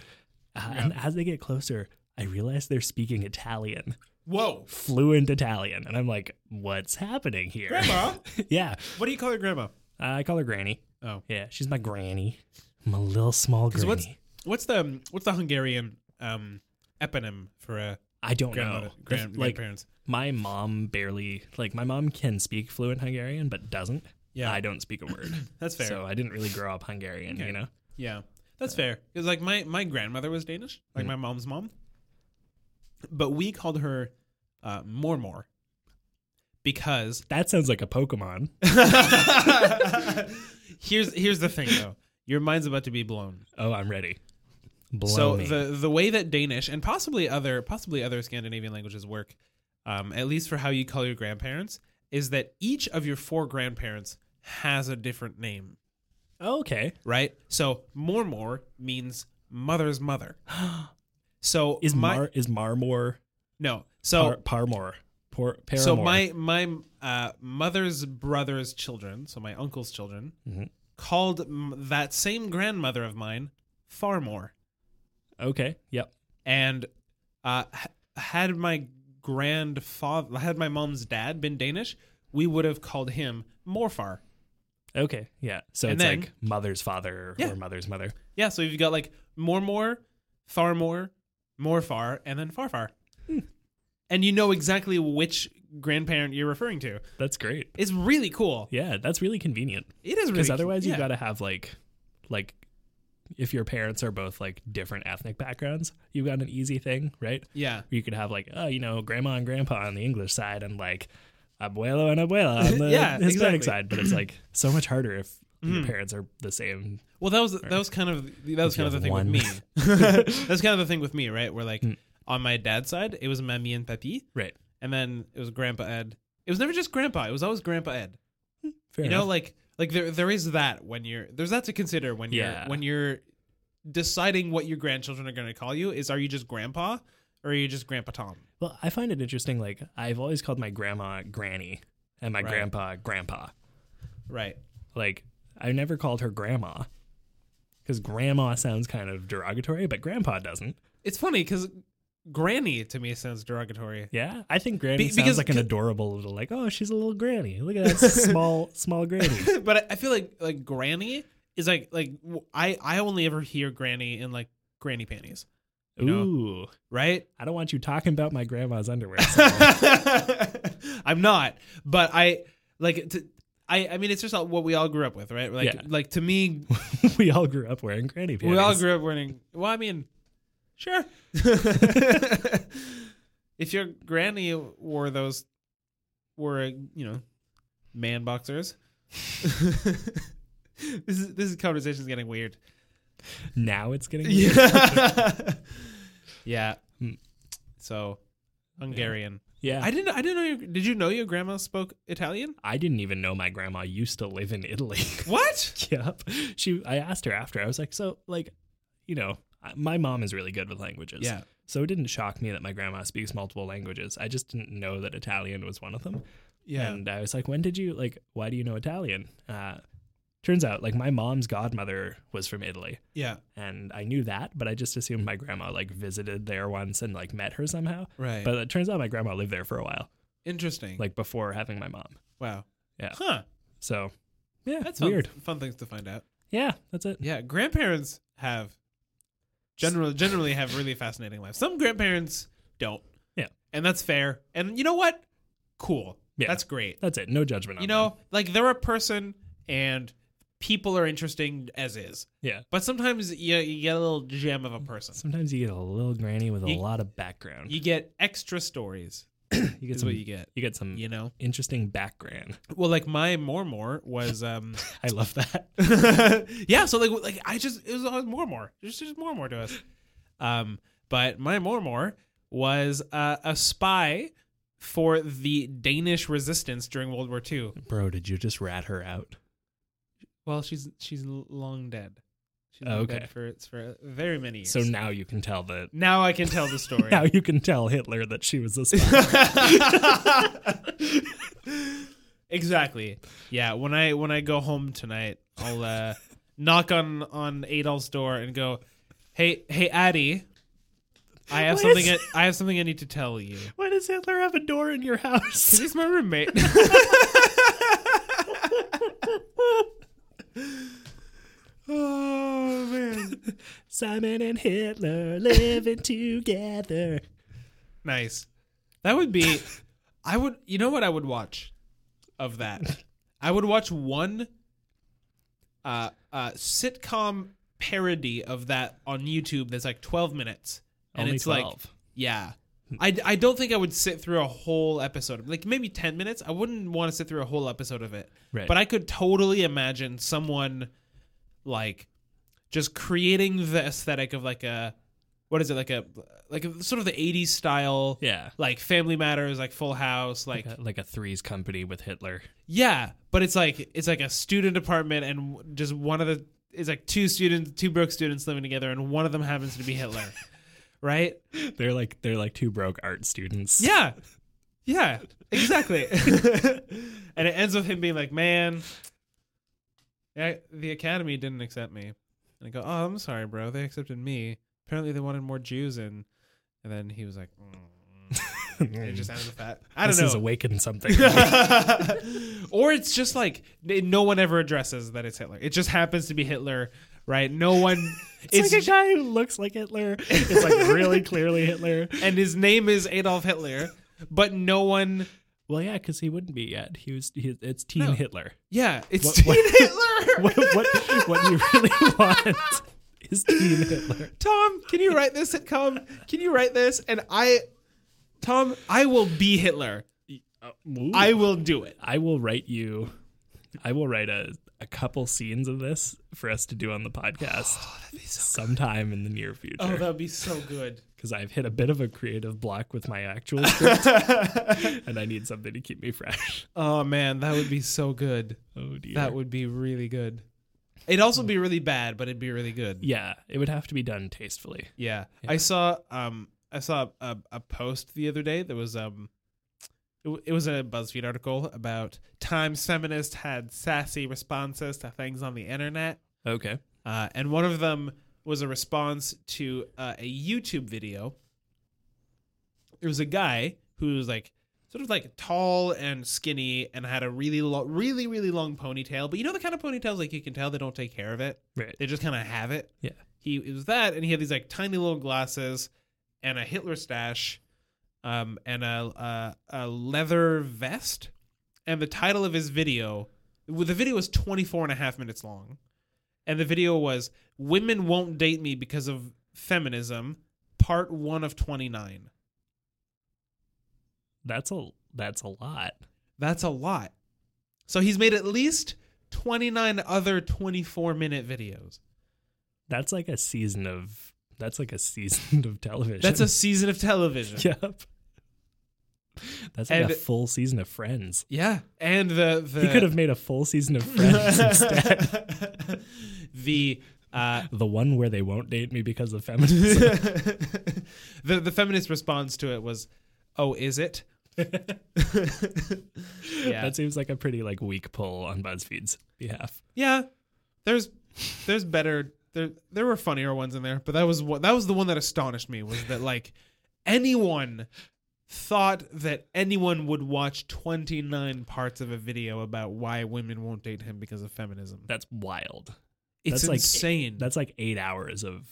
Speaker 3: Uh, And as they get closer, I realize they're speaking Italian,
Speaker 2: Whoa,
Speaker 3: fluent Italian, and I'm like, what's happening here?
Speaker 2: grandma!
Speaker 3: yeah.
Speaker 2: what do you call your grandma?
Speaker 3: Uh, I call her Granny.
Speaker 2: Oh,
Speaker 3: Yeah, she's my granny. My little small
Speaker 2: because
Speaker 3: granny.
Speaker 2: what's what's the what's the Hungarian um, eponym for a
Speaker 3: I don't know.
Speaker 2: grandmother, grand,
Speaker 3: Oh, like
Speaker 2: grandparents?
Speaker 3: my mom barely like my mom can speak fluent Hungarian but doesn't.
Speaker 2: Yeah.
Speaker 3: I don't speak a word.
Speaker 2: That's fair.
Speaker 3: So I didn't really grow up Hungarian, you know.
Speaker 2: Yeah, that's fair. Because
Speaker 3: Mm-hmm.
Speaker 2: like my my grandmother was Danish, like my mom's mom, but we called her uh, Mormor because
Speaker 3: That sounds like a Pokemon.
Speaker 2: here's here's the thing though. Your mind's about to be blown.
Speaker 3: Oh, I'm ready. Blow
Speaker 2: so
Speaker 3: me.
Speaker 2: the the way that Danish and possibly other possibly other Scandinavian languages work, um, at least for how you call your grandparents, is that each of your four grandparents has a different name,
Speaker 3: Oh, okay.
Speaker 2: right? So Mormor means mother's mother. So
Speaker 3: Is
Speaker 2: my
Speaker 3: Mar is Marmor
Speaker 2: no so
Speaker 3: Par, Parmor? Por, Paramore.
Speaker 2: so my my uh, mother's brother's children, so my uncle's children,
Speaker 3: Mhm.
Speaker 2: called m- that same grandmother of mine Farmore,
Speaker 3: Okay. Yep.
Speaker 2: and uh, h- had my grandfather, had my mom's dad been Danish, we would have called him Morfar.
Speaker 3: Okay. Yeah. So
Speaker 2: And
Speaker 3: it's
Speaker 2: then-
Speaker 3: like mother's father
Speaker 2: Yeah.
Speaker 3: or mother's mother.
Speaker 2: Yeah, so you've got like Mormor, Farmore, Morfar, and then Farfar,
Speaker 3: Hmm.
Speaker 2: and you know exactly which grandparent you're referring to.
Speaker 3: That's great.
Speaker 2: It's really cool.
Speaker 3: Yeah, that's really convenient.
Speaker 2: It is really
Speaker 3: Because otherwise
Speaker 2: you
Speaker 3: you
Speaker 2: got.
Speaker 3: gotta have like like if your parents are both like different ethnic backgrounds, you've got an easy thing, right?
Speaker 2: Yeah.
Speaker 3: Where you could have like, oh, you know, grandma and grandpa on the English side and like abuelo and abuela on the
Speaker 2: Yeah,
Speaker 3: Hispanic
Speaker 2: exactly. Mm.
Speaker 3: side. But it's like so much harder if your parents are the same.
Speaker 2: Well, that was that was kind of that was
Speaker 3: If you
Speaker 2: kind of the
Speaker 3: have
Speaker 2: thing
Speaker 3: one. Hmm.
Speaker 2: with me. That's kind of the thing with me, right? Where like on my dad's side, it was Mammy and Papi,
Speaker 3: Right.
Speaker 2: and then it was Grandpa Ed. It was never just Grandpa; it was always Grandpa Ed.
Speaker 3: Fair
Speaker 2: you
Speaker 3: enough.
Speaker 2: know, like like there there is that when you're there's that to consider when you're
Speaker 3: Yeah.
Speaker 2: when you're deciding what your grandchildren are going to call you is are you just Grandpa or are you just Grandpa Tom?
Speaker 3: Well, I find it interesting. Like I've always called my grandma Granny and my
Speaker 2: Right.
Speaker 3: grandpa Grandpa.
Speaker 2: Right.
Speaker 3: Like I never called her Grandma because Grandma sounds kind of derogatory, but Grandpa doesn't.
Speaker 2: It's funny because Granny to me sounds derogatory.
Speaker 3: Yeah, I think Granny
Speaker 2: Be-
Speaker 3: sounds
Speaker 2: because-
Speaker 3: like an adorable little like. Oh, she's a little granny. Look at that small small granny.
Speaker 2: but I, I feel like like Granny is like like w- I I only ever hear Granny in like Granny panties.
Speaker 3: Ooh,
Speaker 2: know? right?
Speaker 3: I don't want you talking about my grandma's underwear. So
Speaker 2: I'm not, but I like to. I, I mean, it's just all- what we all grew up with, right? Like,
Speaker 3: Yeah.
Speaker 2: like to me,
Speaker 3: we all grew up wearing granny
Speaker 2: we
Speaker 3: panties.
Speaker 2: all grew up wearing. Well, I mean, sure. if your granny wore those, were you know, man boxers. this is this is conversation's getting weird.
Speaker 3: Now it's getting
Speaker 2: Yeah. yeah.
Speaker 3: Hmm.
Speaker 2: So, Hungarian.
Speaker 3: yeah.
Speaker 2: I didn't. I didn't know. Your, did you know your grandma spoke Italian?
Speaker 3: I didn't even know my grandma used to live in Italy.
Speaker 2: What?
Speaker 3: yep. She. I asked her after. I was like, so like, you know, I- my mom is really good with languages.
Speaker 2: Yeah.
Speaker 3: So it didn't shock me that my grandma speaks multiple languages. I just didn't know that Italian was one of them.
Speaker 2: Yeah.
Speaker 3: And I was like, when did you like? Why do you know Italian? Uh, turns out, like, my mom's godmother was from Italy,
Speaker 2: yeah.
Speaker 3: and I knew that, but I just assumed my grandma like visited there once and like met her somehow.
Speaker 2: Right.
Speaker 3: But it turns out my grandma lived there for a while,
Speaker 2: Interesting.
Speaker 3: like before having my mom.
Speaker 2: wow.
Speaker 3: Yeah.
Speaker 2: Huh.
Speaker 3: So, yeah,
Speaker 2: That's
Speaker 3: that's
Speaker 2: fun,
Speaker 3: weird.
Speaker 2: Fun things to find out.
Speaker 3: Yeah, that's it.
Speaker 2: Yeah. Grandparents have generally generally have really fascinating lives. Some grandparents don't.
Speaker 3: Yeah.
Speaker 2: And that's fair. And you know what? Cool.
Speaker 3: Yeah.
Speaker 2: That's great.
Speaker 3: That's it. No judgment. On
Speaker 2: You
Speaker 3: them.
Speaker 2: know, like they're a person, and people are interesting as is.
Speaker 3: Yeah.
Speaker 2: But sometimes you, you get a little gem of a person.
Speaker 3: Sometimes you get a little granny with a
Speaker 2: You-
Speaker 3: lot of background.
Speaker 2: You get extra stories.
Speaker 3: you
Speaker 2: Is what you get.
Speaker 3: You get some Mm.
Speaker 2: You know.
Speaker 3: interesting background.
Speaker 2: Well, like my Mormor was. um
Speaker 3: I love that.
Speaker 2: yeah, so like like I just it was always more and more. There's just more and more to us. Um but my more and more was uh, a spy for the Danish resistance during World War II.
Speaker 3: Bro, did you just rat her out?
Speaker 2: Well, she's she's l- long dead. She's
Speaker 3: Oh,
Speaker 2: been
Speaker 3: okay.
Speaker 2: dead for for very many years.
Speaker 3: So now you can tell that.
Speaker 2: now I can tell the story.
Speaker 3: Now you can tell Hitler that she was a spy.
Speaker 2: exactly. Yeah. When I when I go home tonight, I'll uh, knock on on Adolf's door and go, "Hey, hey, Addy, I have
Speaker 3: What
Speaker 2: something. I,
Speaker 3: is-
Speaker 2: I have something I need to tell you.
Speaker 3: Why does Hitler have a door in your house?
Speaker 2: He's my roommate." oh man!
Speaker 3: Simon and Hitler living together.
Speaker 2: Nice. That would be. I would. You know what I would watch of that? I would watch one uh, uh, sitcom parody of that on YouTube that's like 12 minutes. And
Speaker 3: Only
Speaker 2: it's like,
Speaker 3: 12.
Speaker 2: yeah. I, I don't think I would sit through a whole episode, like maybe 10 minutes. I wouldn't want to sit through a whole episode of it.
Speaker 3: Right.
Speaker 2: But I could totally imagine someone like just creating the aesthetic of like a what is it like a like a, sort of the 80s style
Speaker 3: yeah.
Speaker 2: like family matters like full house like
Speaker 3: Like a, like a threes company with Hitler.
Speaker 2: yeah, but it's like it's like a student apartment, and w- just one of the it's like two students, two broke students living together, and one of them happens to be Hitler, right?
Speaker 3: They're like they're like two broke art students.
Speaker 2: Yeah, yeah, exactly. and it ends with him being like, "Man, I, the academy didn't accept me," and I go, "Oh, I'm sorry, bro. They accepted me. Apparently, they wanted more Jews in." And then he was like, mm. "It just ends with that." I don't
Speaker 3: this
Speaker 2: know.
Speaker 3: is awakened something.
Speaker 2: or it's just like n- no one ever addresses that it's Hitler. It just happens to be Hitler, right? No one.
Speaker 3: It's,
Speaker 2: it's
Speaker 3: like a guy who looks like Hitler. It's like really clearly Hitler.
Speaker 2: and his name is Adolf Hitler, but no one.
Speaker 3: Well, yeah, because he wouldn't be yet. He was. He, it's Teen
Speaker 2: No.
Speaker 3: Hitler.
Speaker 2: Yeah, it's
Speaker 3: What-
Speaker 2: Teen
Speaker 3: what-
Speaker 2: Hitler.
Speaker 3: What, what what you really want is Teen Hitler.
Speaker 2: Tom, can you write this sitcom? Can you write this? And I, Tom, I will be Hitler. I will do it.
Speaker 3: I will write you. I will write a a couple scenes of this for us to do on the podcast sometime in the near
Speaker 2: Oh,
Speaker 3: future.
Speaker 2: that would be so good.
Speaker 3: Because I've hit a bit of a creative block with my actual script, and I need something to keep me fresh.
Speaker 2: Oh man, that would be so good.
Speaker 3: Oh dear.
Speaker 2: That would be really good. It'd also be really bad, but it'd be really good.
Speaker 3: yeah, it would have to be done tastefully.
Speaker 2: Yeah. I saw um I saw a, a post the other day that was um it, w- it was a BuzzFeed article about times feminists had sassy responses to things on the internet.
Speaker 3: Okay.
Speaker 2: Uh, and one of them was a response to uh, a YouTube video. There was a guy who was like sort of like tall and skinny and had a really long, really really long ponytail, but you know the kind of ponytails like you can tell they don't take care of it.
Speaker 3: Right.
Speaker 2: They just kind of have it
Speaker 3: Yeah.
Speaker 2: he it was that and he had these like tiny little glasses and a hitler stash um and a a, a leather vest and the title of his video well, the video was 24 and a half minutes long and the video was women won't date me because of feminism part 1 of 29
Speaker 3: That's a that's a lot.
Speaker 2: that's a lot so he's made at least 29 other 24 minute videos
Speaker 3: That's like a season of that's like a season of television.
Speaker 2: that's a season of television
Speaker 3: yep. That's like
Speaker 2: And- Uh,
Speaker 3: a full season of Friends.
Speaker 2: yeah and the, the
Speaker 3: He could have made a full season of Friends instead.
Speaker 2: the uh,
Speaker 3: The one where they won't date me because of feminism.
Speaker 2: the the feminist response to it was, "Oh, is it?" yeah,
Speaker 3: That seems like a pretty like weak pull on BuzzFeed's behalf.
Speaker 2: yeah. There's there's better there there were funnier ones in there, but that was what that was the one that astonished me was that like anyone thought that anyone would watch 29 parts of a video about why women won't date him because of feminism.
Speaker 3: That's wild.
Speaker 2: It's
Speaker 3: that's like-
Speaker 2: insane.
Speaker 3: That's like eight hours of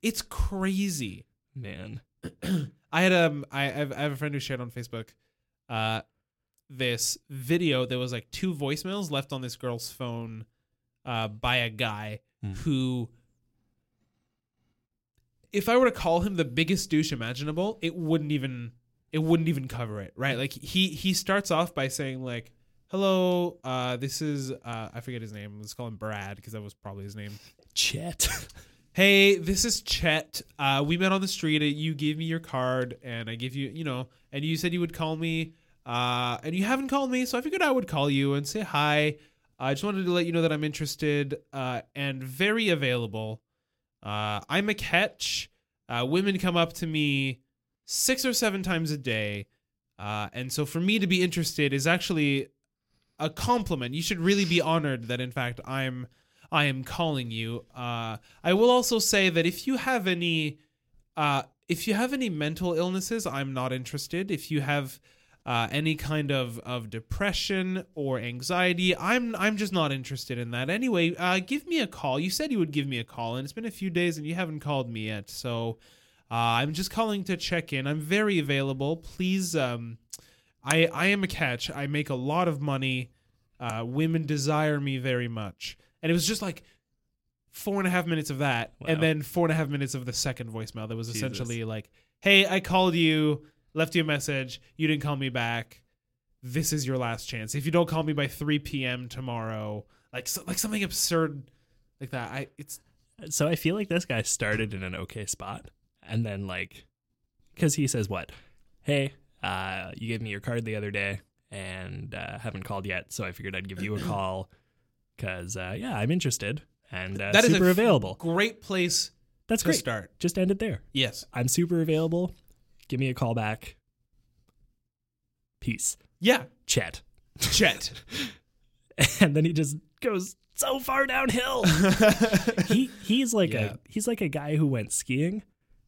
Speaker 2: it's crazy.
Speaker 3: man.
Speaker 2: I had um I I've, I have a friend who shared on Facebook, uh, this video that was like two voicemails left on this girl's phone, uh, by a guy
Speaker 3: Hmm.
Speaker 2: who, if I were to call him the biggest douche imaginable, it wouldn't even it wouldn't even cover it, right? Like he he starts off by saying like, "Hello, uh, this is uh, I forget his name. Let's call him Brad because that was probably his name."
Speaker 3: Chet.
Speaker 2: hey this is chet uh, we met on the street and you gave me your card and i give you you know and you said you would call me uh, and you haven't called me so i figured i would call you and say hi i just wanted to let you know that i'm interested uh, and very available uh, i'm a catch uh, women come up to me six or seven times a day uh, and so for me to be interested is actually a compliment you should really be honored that in fact i'm I am calling you. Uh, I will also say that if you have any, uh, if you have any mental illnesses, I'm not interested. If you have uh, any kind of, of depression or anxiety, I'm I'm just not interested in that. Anyway, uh, give me a call. You said you would give me a call, and it's been a few days, and you haven't called me yet. So uh, I'm just calling to check in. I'm very available. Please. Um, I, I am a catch. I make a lot of money. Uh, women desire me very much. And it was just like four and a half minutes of that,
Speaker 3: Wow.
Speaker 2: and then four and a half minutes of the second voicemail that was
Speaker 3: Jesus.
Speaker 2: essentially like, "Hey, I called you. left you a message, you didn't call me back. This is your last chance. If you don't call me by 3 p.m. tomorrow, like so, like something absurd like that. I it's
Speaker 3: So I feel like this guy started in an okay spot and then like cuz he says what? Hey, uh you gave me your card the other day and uh, haven't called yet, so I figured I'd give you a call cuz uh yeah, I'm interested and uh,
Speaker 2: that is
Speaker 3: super
Speaker 2: a f-
Speaker 3: available.
Speaker 2: Great place
Speaker 3: That's
Speaker 2: to
Speaker 3: great.
Speaker 2: start.
Speaker 3: Just end it there.
Speaker 2: Yes.
Speaker 3: I'm super available. Give me a call back. Peace.
Speaker 2: Yeah.
Speaker 3: Chat.
Speaker 2: Chet.
Speaker 3: And then he just goes so far downhill. he he's like
Speaker 2: Yeah.
Speaker 3: a he's like a guy who went skiing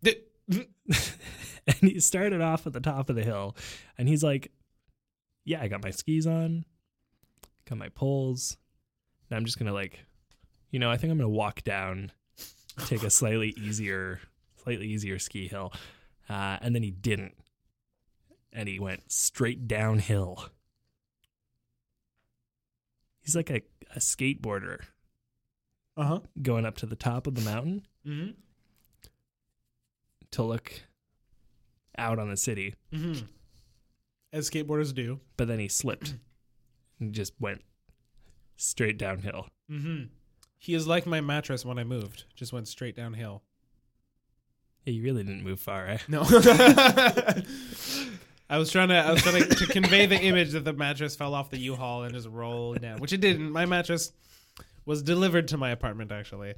Speaker 2: Th-
Speaker 3: and he started off at the top of the hill and he's like yeah i got my skis on got my poles and i'm just gonna like you know i think i'm gonna walk down take a slightly easier slightly easier ski hill uh, and then he didn't and he went straight downhill he's like a, a skateboarder
Speaker 2: uh-huh.
Speaker 3: going up to the top of the mountain
Speaker 2: Mm-hmm.
Speaker 3: to look out on the city
Speaker 2: Mm-hmm. As skateboarders do.
Speaker 3: but then he slipped and just went straight downhill.
Speaker 2: Mm-hmm. He is like my mattress when I moved. Just went straight downhill.
Speaker 3: Hey, you really didn't move far, eh?
Speaker 2: No. I was trying to I was trying to, to convey the image that the mattress fell off the U-Haul and just rolled down, which it didn't. My mattress was delivered to my apartment actually.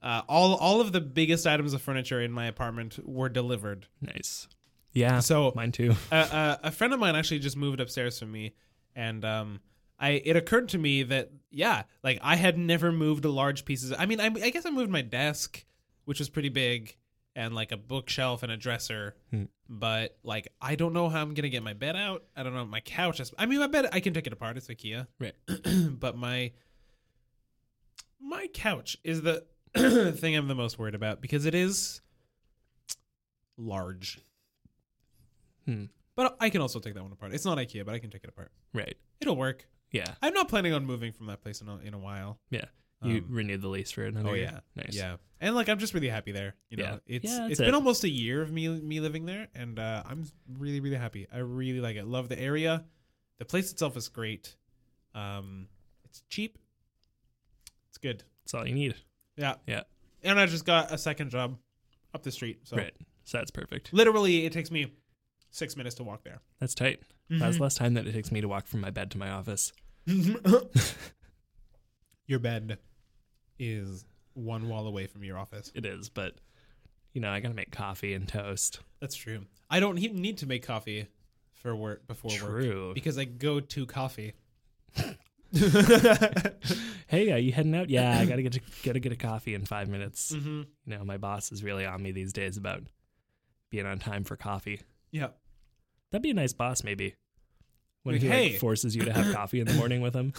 Speaker 2: Uh, all all of the biggest items of furniture in my apartment were delivered.
Speaker 3: Nice. Yeah.
Speaker 2: So
Speaker 3: mine too.
Speaker 2: a, a, a friend of mine actually just moved upstairs from me, and um, I it occurred to me that yeah, like I had never moved large pieces. I mean, I, I guess I moved my desk, which was pretty big, and like a bookshelf and a dresser. But like, I don't know how I'm gonna get my bed out. I don't know my couch. Is, I mean, my bed I can take it apart. It's IKEA,
Speaker 3: Right.
Speaker 2: but my my couch is the thing I'm the most worried about because it is large.
Speaker 3: Hmm.
Speaker 2: But I can also take that one apart. It's not IKEA, but I can take it apart.
Speaker 3: Right.
Speaker 2: It'll work.
Speaker 3: Yeah.
Speaker 2: I'm not planning on moving from that place in a, in a while.
Speaker 3: Yeah. You
Speaker 2: Um,
Speaker 3: renewed the lease for another.
Speaker 2: Oh
Speaker 3: year?
Speaker 2: yeah,
Speaker 3: Nice.
Speaker 2: yeah. And like I'm just really happy there. You know,
Speaker 3: Yeah.
Speaker 2: it's
Speaker 3: Yeah, that's
Speaker 2: it's
Speaker 3: it.
Speaker 2: been almost a year of me me living there, and uh, I'm really really happy. I really like it. Love the area. The place itself is great. Um, it's cheap. It's good.
Speaker 3: That's all you need.
Speaker 2: Yeah.
Speaker 3: Yeah.
Speaker 2: And I just got a second job up the street. So
Speaker 3: Right. So that's perfect.
Speaker 2: literally, it takes me six minutes to walk there.
Speaker 3: That's tight.
Speaker 2: Mm-hmm.
Speaker 3: That's less time that it takes me to walk from my bed to my office.
Speaker 2: your bed is one wall away from your office.
Speaker 3: It is, but you know, I gotta make coffee and toast.
Speaker 2: That's true. I don't he- need to make coffee for work before
Speaker 3: True.
Speaker 2: work because I go to coffee.
Speaker 3: Hey, are you heading out? Yeah, I gotta get to gotta get a coffee in five minutes.
Speaker 2: Mm-hmm.
Speaker 3: You know, my boss is really on me these days about being on time for coffee.
Speaker 2: Yeah.
Speaker 3: That'd be a nice boss, maybe. When
Speaker 2: Like,
Speaker 3: he
Speaker 2: "Hey."
Speaker 3: like, forces you to have coffee in the morning with him,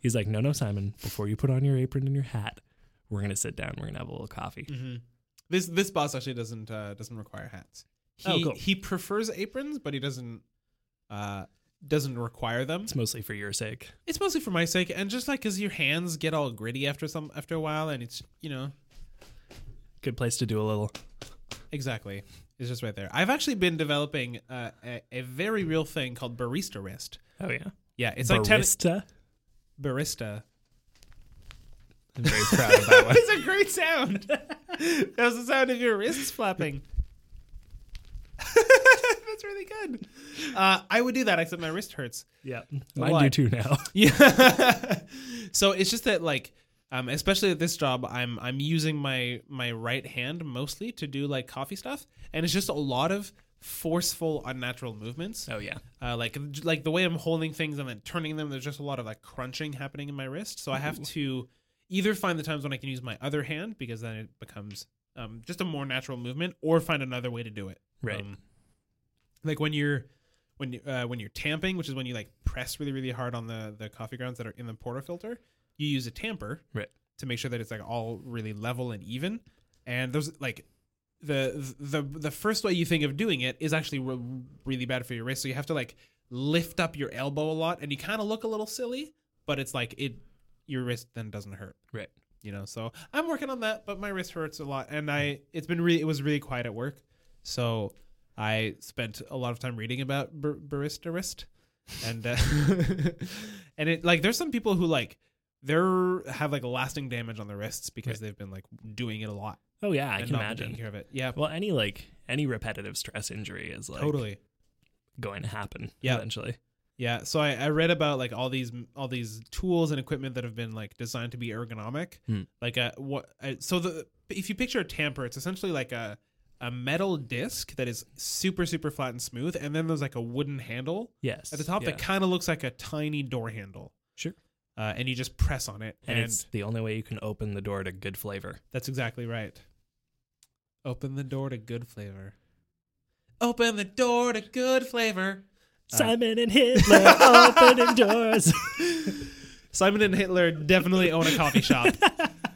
Speaker 3: he's like, "No, no, Simon. Before you put on your apron and your hat, we're gonna sit down. We're gonna have a little coffee."
Speaker 2: mm-hmm. This this boss actually doesn't uh, doesn't require hats. He
Speaker 3: Oh, cool.
Speaker 2: he prefers aprons, but he doesn't uh, doesn't require them.
Speaker 3: It's mostly for your sake.
Speaker 2: It's mostly for my sake, and just like because your hands get all gritty after some after a while, and it's you know
Speaker 3: Good place to do a little.
Speaker 2: Exactly. It's just right there. I've actually been developing uh, a, a very real thing called barista wrist.
Speaker 3: Oh yeah,
Speaker 2: Yeah, it's like ten-
Speaker 3: barista.
Speaker 2: barista.
Speaker 3: I'm very proud of that one.
Speaker 2: That's a great sound. that was the sound of your wrists flapping. That's really good. Uh, I would do that, except my wrist hurts.
Speaker 3: Yeah, mine
Speaker 2: Why?
Speaker 3: do too now.
Speaker 2: Yeah. so it's just that like um, especially at this job I'm I'm using my my right hand mostly to do like coffee stuff and it's just a lot of forceful unnatural movements.
Speaker 3: Oh yeah,
Speaker 2: Uh, like like the way I'm holding things and then turning them, there's just a lot of like crunching happening in my wrist. So I have to either find the times when I can use my other hand because then it becomes um, just a more natural movement, or find another way to do it.
Speaker 3: Right.
Speaker 2: Um, like when you're when you, uh, when you're tamping, which is when you like press really really hard on the the coffee grounds that are in the portafilter, you use a tamper
Speaker 3: right.
Speaker 2: to make sure that it's like all really level and even. And there's like the the the first way you think of doing it is actually re- really bad for your wrist. So you have to like lift up your elbow a lot, and you kind of look a little silly, but it's like it your wrist then doesn't hurt.
Speaker 3: Right.
Speaker 2: You know, so I'm working on that, but my wrist hurts a lot, and I it's been really it was really quiet at work, so I spent a lot of time reading about bar- barista wrist, and uh, and it like there's some people who like they're have like lasting damage on their wrists because they've been like doing it a lot.
Speaker 3: Oh yeah, I
Speaker 2: and
Speaker 3: can
Speaker 2: not been taking
Speaker 3: imagine.
Speaker 2: care of it. Yeah,
Speaker 3: Well, any like any repetitive stress injury is like
Speaker 2: totally.
Speaker 3: going to happen
Speaker 2: Yeah.
Speaker 3: eventually.
Speaker 2: Yeah, so I, I read about like all these all these tools and equipment that have been like designed to be ergonomic.
Speaker 3: Hmm.
Speaker 2: Like a what? I, so the if you picture a tamper, it's essentially like a a metal disc that is super super flat and smooth, and then there's like a wooden handle
Speaker 3: Yes.
Speaker 2: at the top
Speaker 3: yeah.
Speaker 2: that kind of looks like a tiny door handle.
Speaker 3: Sure.
Speaker 2: Uh, and you just press on it,
Speaker 3: and
Speaker 2: and,
Speaker 3: it's the only way you can open the door to good flavor.
Speaker 2: that's exactly right. Open the door to good flavor. Open the door to good flavor.
Speaker 3: Simon and Hitler opening doors.
Speaker 2: Simon and Hitler definitely own a coffee shop.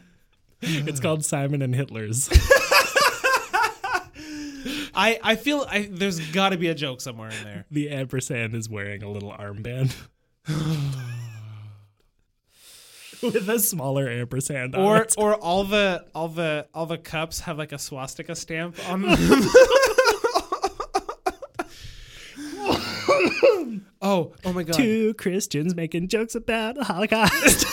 Speaker 3: it's called Simon and Hitler's.
Speaker 2: I I feel I, there's got to be a joke somewhere in there.
Speaker 3: The ampersand is wearing a little armband. With a smaller ampersand Oh, on
Speaker 2: Or
Speaker 3: it.
Speaker 2: or all the all the all the cups have like a swastika stamp on them. oh oh my god!
Speaker 3: two Christians making jokes about the Holocaust.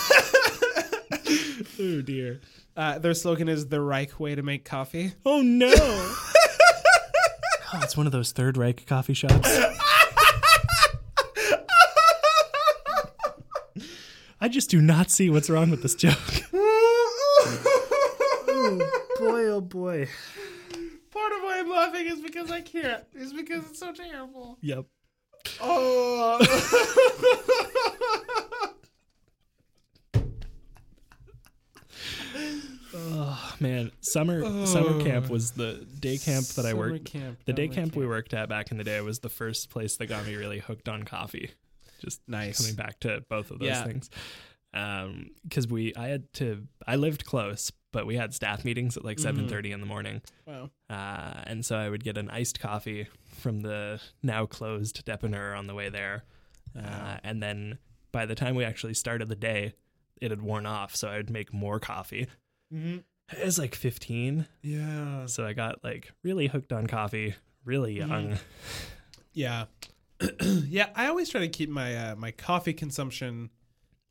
Speaker 3: oh dear.
Speaker 2: Uh, their slogan is the Reich way to make coffee.
Speaker 3: Oh no. it's one of those Third Reich coffee shops. I just do not see what's wrong with this joke.
Speaker 2: boy, oh boy! Part of why I'm laughing is because I can't. Is because it's so terrible.
Speaker 3: Yep.
Speaker 2: Oh.
Speaker 3: Oh man, summer summer camp was the day camp that I
Speaker 2: Summer
Speaker 3: worked.
Speaker 2: camp,
Speaker 3: the day
Speaker 2: summer
Speaker 3: camp, we worked at back in the day was the first place that got me really hooked on coffee. Just
Speaker 2: Nice.
Speaker 3: coming back to both of those
Speaker 2: Yeah.
Speaker 3: things. Um, because we I had to I lived close, but we had staff meetings at like seven thirty in the morning.
Speaker 2: Mm-hmm. Wow.
Speaker 3: Uh, and so I would get an iced coffee from the now closed Depener on the way there. Uh, and then by the time we actually started the day, it had worn off. So I would make more coffee.
Speaker 2: Mm-hmm.
Speaker 3: It was like 15.
Speaker 2: Yeah.
Speaker 3: So I got like really hooked on coffee, really
Speaker 2: Mm-hmm.
Speaker 3: young.
Speaker 2: Yeah. yeah, I always try to keep my uh, my coffee consumption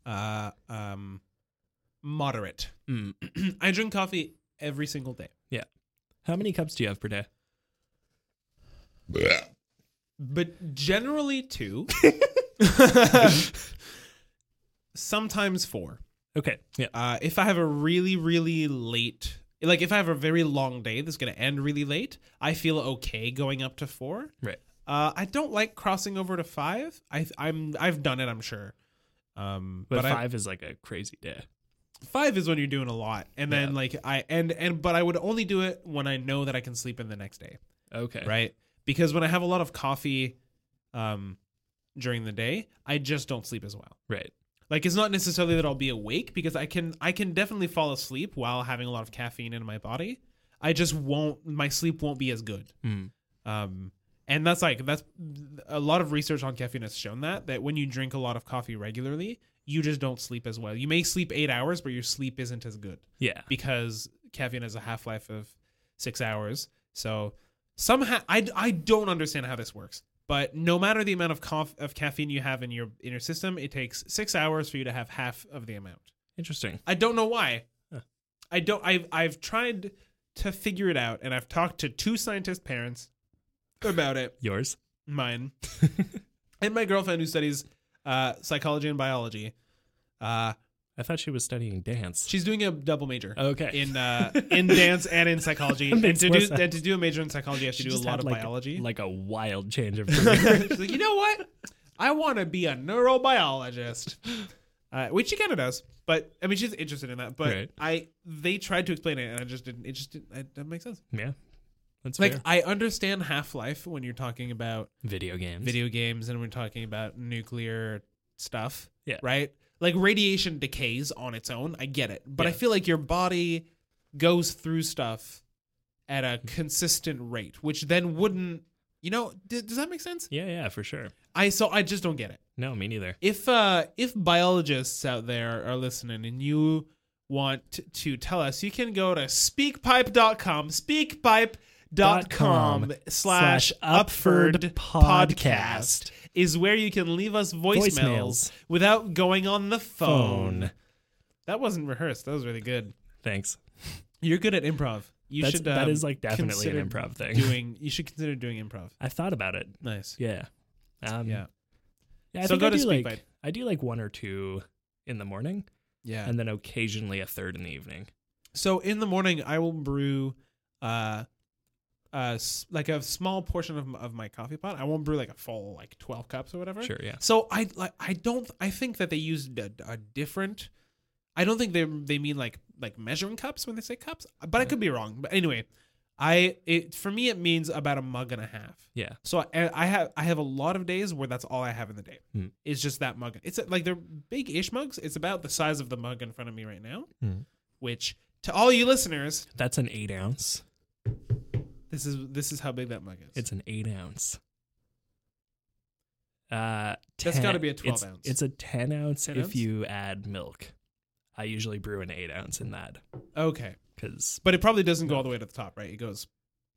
Speaker 2: uh um moderate.
Speaker 3: Mm.
Speaker 2: I drink coffee every single day.
Speaker 3: How many cups do you have per day?
Speaker 2: But generally two. Sometimes four.
Speaker 3: Okay. Yeah.
Speaker 2: Uh, if I have a really, really late, like if I have a very long day that's going to end really late, I feel okay going up to four.
Speaker 3: Right.
Speaker 2: Uh, I don't like crossing over to five. I, I'm I've done it. I'm sure. Um,
Speaker 3: But,
Speaker 2: but, I-
Speaker 3: five is like a crazy day.
Speaker 2: five is when you're doing a lot, and then like I and and but I would only do it when I know that I can sleep in the next day,
Speaker 3: Okay.
Speaker 2: right? Because when I have a lot of coffee, um, during the day, I just don't sleep as well.
Speaker 3: Right.
Speaker 2: Like it's not necessarily that I'll be awake because I can I can definitely fall asleep while having a lot of caffeine in my body. I just won't my sleep won't be as good.
Speaker 3: Mm.
Speaker 2: Um, and that's like that's a lot of research on caffeine has shown that that when you drink a lot of coffee regularly, you just don't sleep as well. You may sleep eight hours, but your sleep isn't as good
Speaker 3: Yeah.
Speaker 2: because caffeine has a half life of six hours. So somehow I, I don't understand how this works. But no matter the amount of cof- of caffeine you have in your in your system, it takes six hours for you to have half of the amount.
Speaker 3: Interesting.
Speaker 2: I don't know why.
Speaker 3: Huh.
Speaker 2: I don't. I've I've tried to figure it out, and I've talked to two scientist parents about it.
Speaker 3: Yours?
Speaker 2: Mine and my girlfriend who studies uh, psychology and biology. Uh,
Speaker 3: I thought she was studying dance.
Speaker 2: she's doing a double major
Speaker 3: okay.
Speaker 2: in uh, in dance and in psychology.
Speaker 3: That
Speaker 2: and
Speaker 3: makes
Speaker 2: to
Speaker 3: more
Speaker 2: do
Speaker 3: sense.
Speaker 2: and to do a major in psychology, I have to
Speaker 3: She
Speaker 2: do a
Speaker 3: just
Speaker 2: lot
Speaker 3: had,
Speaker 2: of
Speaker 3: like,
Speaker 2: biology.
Speaker 3: Like a wild change of career.
Speaker 2: She's like, you know what? I want to be a neurobiologist, uh, which she kind of does. But I mean, she's interested in that. But
Speaker 3: Right.
Speaker 2: I they tried to explain it, and I just didn't. It just didn't. It doesn't make sense.
Speaker 3: yeah. That's
Speaker 2: Like
Speaker 3: fair.
Speaker 2: I understand Half Life when you're talking about
Speaker 3: video games.
Speaker 2: video games and we're talking about nuclear stuff.
Speaker 3: Yeah.
Speaker 2: Right? Like radiation decays on its own. I get it. But I
Speaker 3: Yeah.
Speaker 2: feel like your body goes through stuff at a consistent rate, which then wouldn't, you know, d- does that make sense?
Speaker 3: Yeah, yeah, for sure.
Speaker 2: I so I just don't get it.
Speaker 3: No, me neither.
Speaker 2: If uh if biologists out there are listening and you want to tell us, you can go to speakpipe.com, speakpipe dot com slash Upford Podcast is where you can leave us voicemails,
Speaker 3: Voicemails.
Speaker 2: without going on the phone.
Speaker 3: phone.
Speaker 2: That wasn't rehearsed. That was really good.
Speaker 3: Thanks.
Speaker 2: You're good at improv. You
Speaker 3: That's,
Speaker 2: should.
Speaker 3: that
Speaker 2: um,
Speaker 3: is like definitely
Speaker 2: consider
Speaker 3: an improv thing.
Speaker 2: Doing. You should consider doing improv.
Speaker 3: I thought about it.
Speaker 2: Nice.
Speaker 3: Yeah. Um,
Speaker 2: Yeah.
Speaker 3: yeah, I
Speaker 2: So
Speaker 3: think
Speaker 2: go
Speaker 3: I
Speaker 2: to
Speaker 3: do like
Speaker 2: SpeakPipe.
Speaker 3: I do like one or two in the morning,
Speaker 2: Yeah.
Speaker 3: and then occasionally a third in the evening.
Speaker 2: So in the morning, I will brew, uh, uh, s- like a small portion of m- of my coffee pot. I won't brew like a full like twelve cups or whatever.
Speaker 3: Sure, yeah.
Speaker 2: So I like I don't I think that they used a, a different. I don't think they they mean like like measuring cups when they say cups, but I could be wrong. But anyway, I it for me it means about a mug and a half.
Speaker 3: Yeah.
Speaker 2: So I, I have I have a lot of days where that's all I have in the day.
Speaker 3: Hmm.
Speaker 2: It's just that mug. It's like they're big ish mugs. It's about the size of the mug in front of me right now,
Speaker 3: Hmm.
Speaker 2: which to all you listeners,
Speaker 3: That's an eight ounce.
Speaker 2: this is this is how big that mug is.
Speaker 3: It's an eight ounce. Uh,
Speaker 2: That's
Speaker 3: 10
Speaker 2: gotta be a
Speaker 3: it's-
Speaker 2: 12 ounce.
Speaker 3: It's a ten ounce
Speaker 2: 10
Speaker 3: if
Speaker 2: ounce?
Speaker 3: you add milk. I usually brew an eight ounce in that
Speaker 2: okay,
Speaker 3: because
Speaker 2: but it probably doesn't go all the way to the top, right? It goes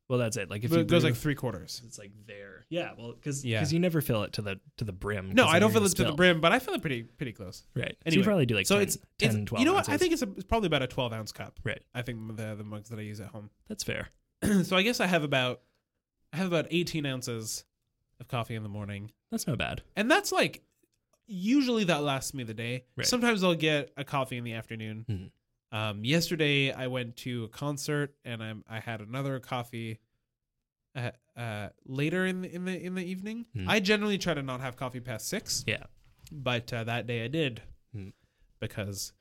Speaker 3: well, that's it. Like if you
Speaker 2: it goes
Speaker 3: brew-
Speaker 2: like three quarters.
Speaker 3: it's like there. Yeah, well, because
Speaker 2: Yeah.
Speaker 3: you never fill it to the to the brim.
Speaker 2: No,
Speaker 3: 'cause
Speaker 2: I don't
Speaker 3: then you're
Speaker 2: feel
Speaker 3: gonna
Speaker 2: it to the
Speaker 3: spill.
Speaker 2: brim, but I feel it pretty pretty close.
Speaker 3: Right. so
Speaker 2: Anyway,
Speaker 3: you probably do like
Speaker 2: so
Speaker 3: 10,
Speaker 2: it's,
Speaker 3: 10
Speaker 2: it's
Speaker 3: 12
Speaker 2: you know what
Speaker 3: ounces.
Speaker 2: I think it's, a, it's probably about a twelve ounce cup.
Speaker 3: Right.
Speaker 2: I think the the mugs that I use at home.
Speaker 3: That's fair.
Speaker 2: so I guess I have about I have about eighteen ounces of coffee in the morning,
Speaker 3: That's not bad.
Speaker 2: and that's like usually that lasts me the day.
Speaker 3: Right.
Speaker 2: Sometimes I'll get a coffee in the afternoon.
Speaker 3: Mhm.
Speaker 2: Um, yesterday I went to a concert and I'm I had another coffee. Uh, uh, later in the, in the in the evening,
Speaker 3: Mhm.
Speaker 2: I generally try to not have coffee past six.
Speaker 3: Yeah.
Speaker 2: but uh, that day I did
Speaker 3: Hmm.
Speaker 2: because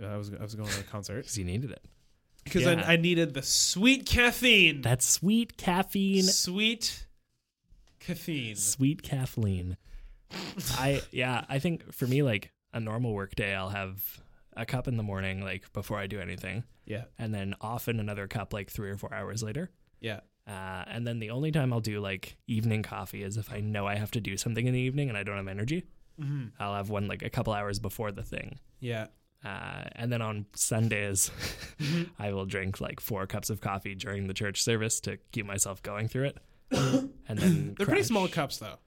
Speaker 2: uh, I was I was going to a concert
Speaker 3: Because you needed it.
Speaker 2: because
Speaker 3: Yeah.
Speaker 2: I, I needed the sweet caffeine,
Speaker 3: That's sweet caffeine.
Speaker 2: sweet caffeine.
Speaker 3: Sweet caffeine. I yeah, I think for me like a normal work day I'll have a cup in the morning like before I do anything
Speaker 2: Yeah,
Speaker 3: and then often another cup like 3 or 4 hours later.
Speaker 2: yeah,
Speaker 3: Uh, and then the only time I'll do like evening coffee is if I know I have to do something in the evening and I don't have energy.
Speaker 2: Mhm.
Speaker 3: I'll have one like a couple hours before the thing.
Speaker 2: yeah.
Speaker 3: Uh, and then on Sundays,
Speaker 2: Mm-hmm.
Speaker 3: I will drink like four cups of coffee during the church service to keep myself going through it. and then
Speaker 2: They're pretty
Speaker 3: crash.
Speaker 2: small cups though.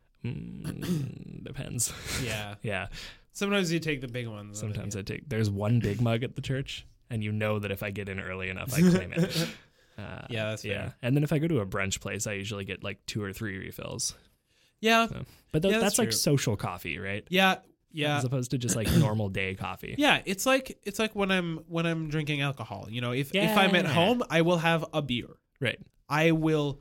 Speaker 3: Mm, depends.
Speaker 2: Yeah.
Speaker 3: yeah.
Speaker 2: Sometimes you take the big ones. and then
Speaker 3: Sometimes
Speaker 2: you-
Speaker 3: I take. There's one big mug at the church, and you know that if I get in early enough, I claim it. Uh,
Speaker 2: Yeah, that's
Speaker 3: yeah.
Speaker 2: fair.
Speaker 3: And then if I go to a brunch place, I usually get like two or three refills.
Speaker 2: yeah,
Speaker 3: So- But tho-
Speaker 2: Yeah, that's
Speaker 3: that's, like
Speaker 2: true.
Speaker 3: social coffee, right?
Speaker 2: yeah, yeah.
Speaker 3: As opposed to just like normal day coffee.
Speaker 2: Yeah, it's like it's like when I'm when I'm drinking alcohol. You know, if if I'm at
Speaker 3: Yeah.
Speaker 2: home, I will have a beer.
Speaker 3: Right.
Speaker 2: I will.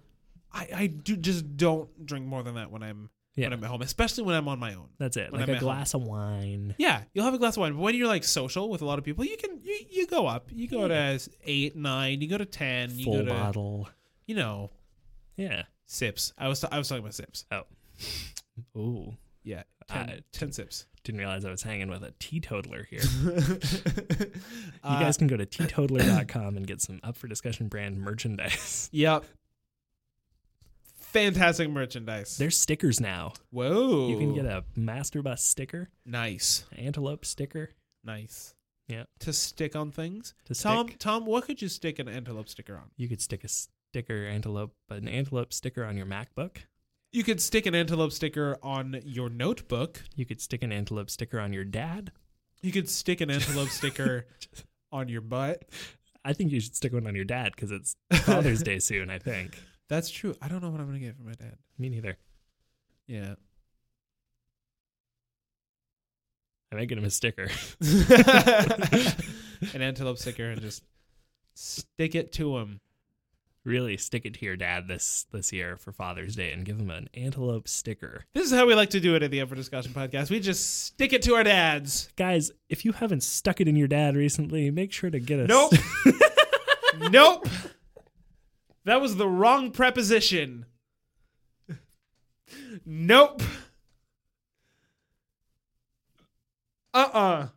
Speaker 2: I, I do just don't drink more than that when I'm
Speaker 3: Yeah.
Speaker 2: when I'm at home, especially when I'm on my own.
Speaker 3: That's it.
Speaker 2: When
Speaker 3: like
Speaker 2: I'm
Speaker 3: a
Speaker 2: at home.
Speaker 3: glass of wine.
Speaker 2: Yeah, you'll have a glass of wine. But when you're like social with a lot of people, you can you, you go up. You go to eight, nine. You go to ten. You
Speaker 3: full
Speaker 2: go to
Speaker 3: bottle.
Speaker 2: you know
Speaker 3: Yeah.
Speaker 2: sips. I was I was talking about sips.
Speaker 3: Oh. Ooh.
Speaker 2: Yeah, 10,
Speaker 3: Uh,
Speaker 2: 10 sips.
Speaker 3: Didn't realize I was hanging with a teetotaler here.
Speaker 2: you Uh,
Speaker 3: You guys can go to teetotaler.com and get some up for discussion brand merchandise.
Speaker 2: Yep. Fantastic merchandise.
Speaker 3: There's stickers now.
Speaker 2: Whoa.
Speaker 3: You can get a master bus sticker,
Speaker 2: nice,
Speaker 3: an antelope sticker.
Speaker 2: nice.
Speaker 3: Yeah.
Speaker 2: To stick on things.
Speaker 3: To
Speaker 2: Tom,
Speaker 3: stick.
Speaker 2: Tom, what could you stick an antelope sticker on?
Speaker 3: You could stick a sticker antelope, an antelope sticker on your MacBook.
Speaker 2: You could stick an antelope sticker on your notebook.
Speaker 3: You could stick an antelope sticker on your dad.
Speaker 2: You could stick an antelope sticker on your butt.
Speaker 3: I think you should stick one on your dad because it's Father's Day soon. I think.
Speaker 2: That's true. I don't know what I'm gonna get for my dad.
Speaker 3: Me neither.
Speaker 2: Yeah.
Speaker 3: I might get him a sticker.
Speaker 2: An antelope sticker and just stick it to him.
Speaker 3: really stick it to your dad this this year for Father's Day and give him an antelope sticker.
Speaker 2: This is how we like to do it at the Up for Discussion podcast. We just stick it to our dads.
Speaker 3: Guys, if you haven't stuck it in your dad recently, make sure to get a
Speaker 2: Nope. nope. That was the wrong preposition. Nope. Uh uh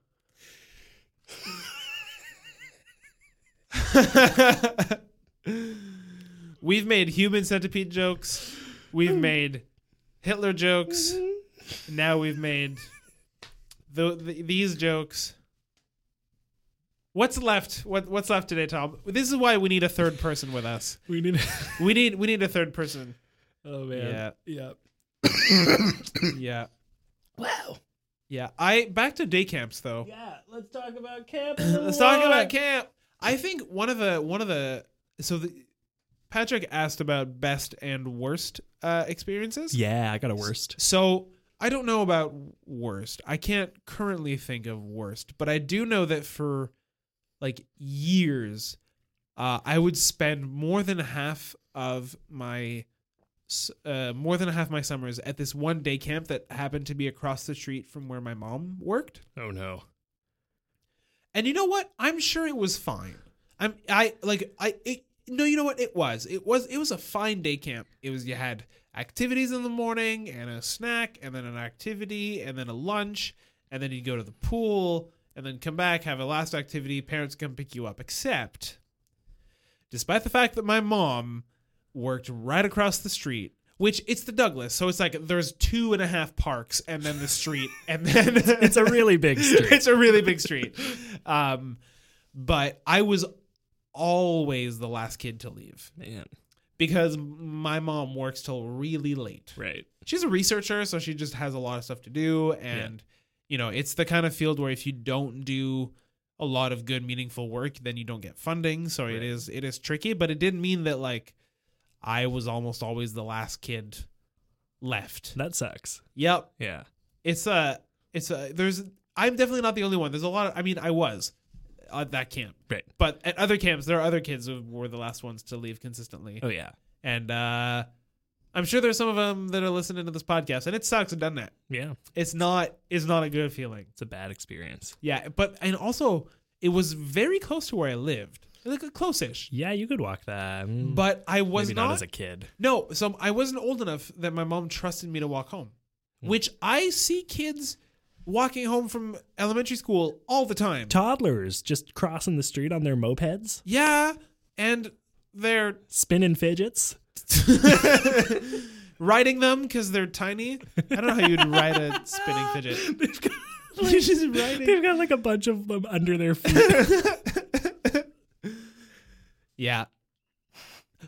Speaker 2: We've made human centipede jokes. We've made Hitler jokes. Now we've made the, the, these jokes. What's left? What What's left today, Tom? This is why we need a third person with us.
Speaker 3: We need.
Speaker 2: We need we need a third person.
Speaker 3: oh
Speaker 2: man.
Speaker 3: Yeah.
Speaker 2: Yeah,
Speaker 3: Wow.
Speaker 2: yeah. I back to day camps though.
Speaker 3: Yeah. Let's talk about camp.
Speaker 2: Let's talk about camp. I think one of the one of the so the, Patrick asked about best and worst uh, experiences.
Speaker 3: Yeah, I got a worst.
Speaker 2: So I don't know about worst. I can't currently think of worst, but I do know that for like years, uh, I would spend more than half of my s- uh, more than half my summers at this one day camp that happened to be across the street from where my mom worked.
Speaker 3: Oh no.
Speaker 2: And you know what? I'm sure it was fine. I'm I like I it, no, you know what? It was. It was it was a fine day camp. It was you had activities in the morning and a snack and then an activity and then a lunch and then you'd go to the pool and then come back, have a last activity, parents come pick you up. Except despite the fact that my mom worked right across the street, which it's the Douglas, so it's like there's two and a half parks and then the street and then
Speaker 3: It's a really big street.
Speaker 2: it's a really big street. Um, but I was always the last kid to leave
Speaker 3: man.
Speaker 2: because my mom works till really late.
Speaker 3: Right.
Speaker 2: She's a researcher, so she just has a lot of stuff to do. And, you know, it's the kind of field where if you don't do a lot of good, meaningful work, then you don't get funding. So it
Speaker 3: Right.
Speaker 2: is it is tricky, but it didn't mean that like I was almost always the last kid left.
Speaker 3: That sucks.
Speaker 2: Yep
Speaker 3: Yeah.
Speaker 2: it's a it's a there's i'm definitely not the only one there's a lot of i mean i was at that camp
Speaker 3: Right.
Speaker 2: but at other camps there are other kids who were the last ones to leave consistently
Speaker 3: Oh yeah.
Speaker 2: and uh i'm sure there's some of them that are listening to this podcast and it sucks i've done that
Speaker 3: Yeah.
Speaker 2: it's not it's not a good feeling
Speaker 3: It's a bad experience.
Speaker 2: yeah but and also it was very close to where i lived like close-ish
Speaker 3: Yeah, you could walk that. mm,
Speaker 2: but i was
Speaker 3: maybe not, as a kid.
Speaker 2: no, so I wasn't old enough that my mom trusted me to walk home, which I see kids walking home from elementary school all the time.
Speaker 3: Toddlers just crossing the street on their mopeds,
Speaker 2: yeah, and they're
Speaker 3: spinning fidgets.
Speaker 2: riding them because they're tiny. I don't know how you'd ride a spinning fidget.
Speaker 3: They've got,
Speaker 2: They're just riding.
Speaker 3: they've got like a bunch of them under their feet.
Speaker 2: Yeah.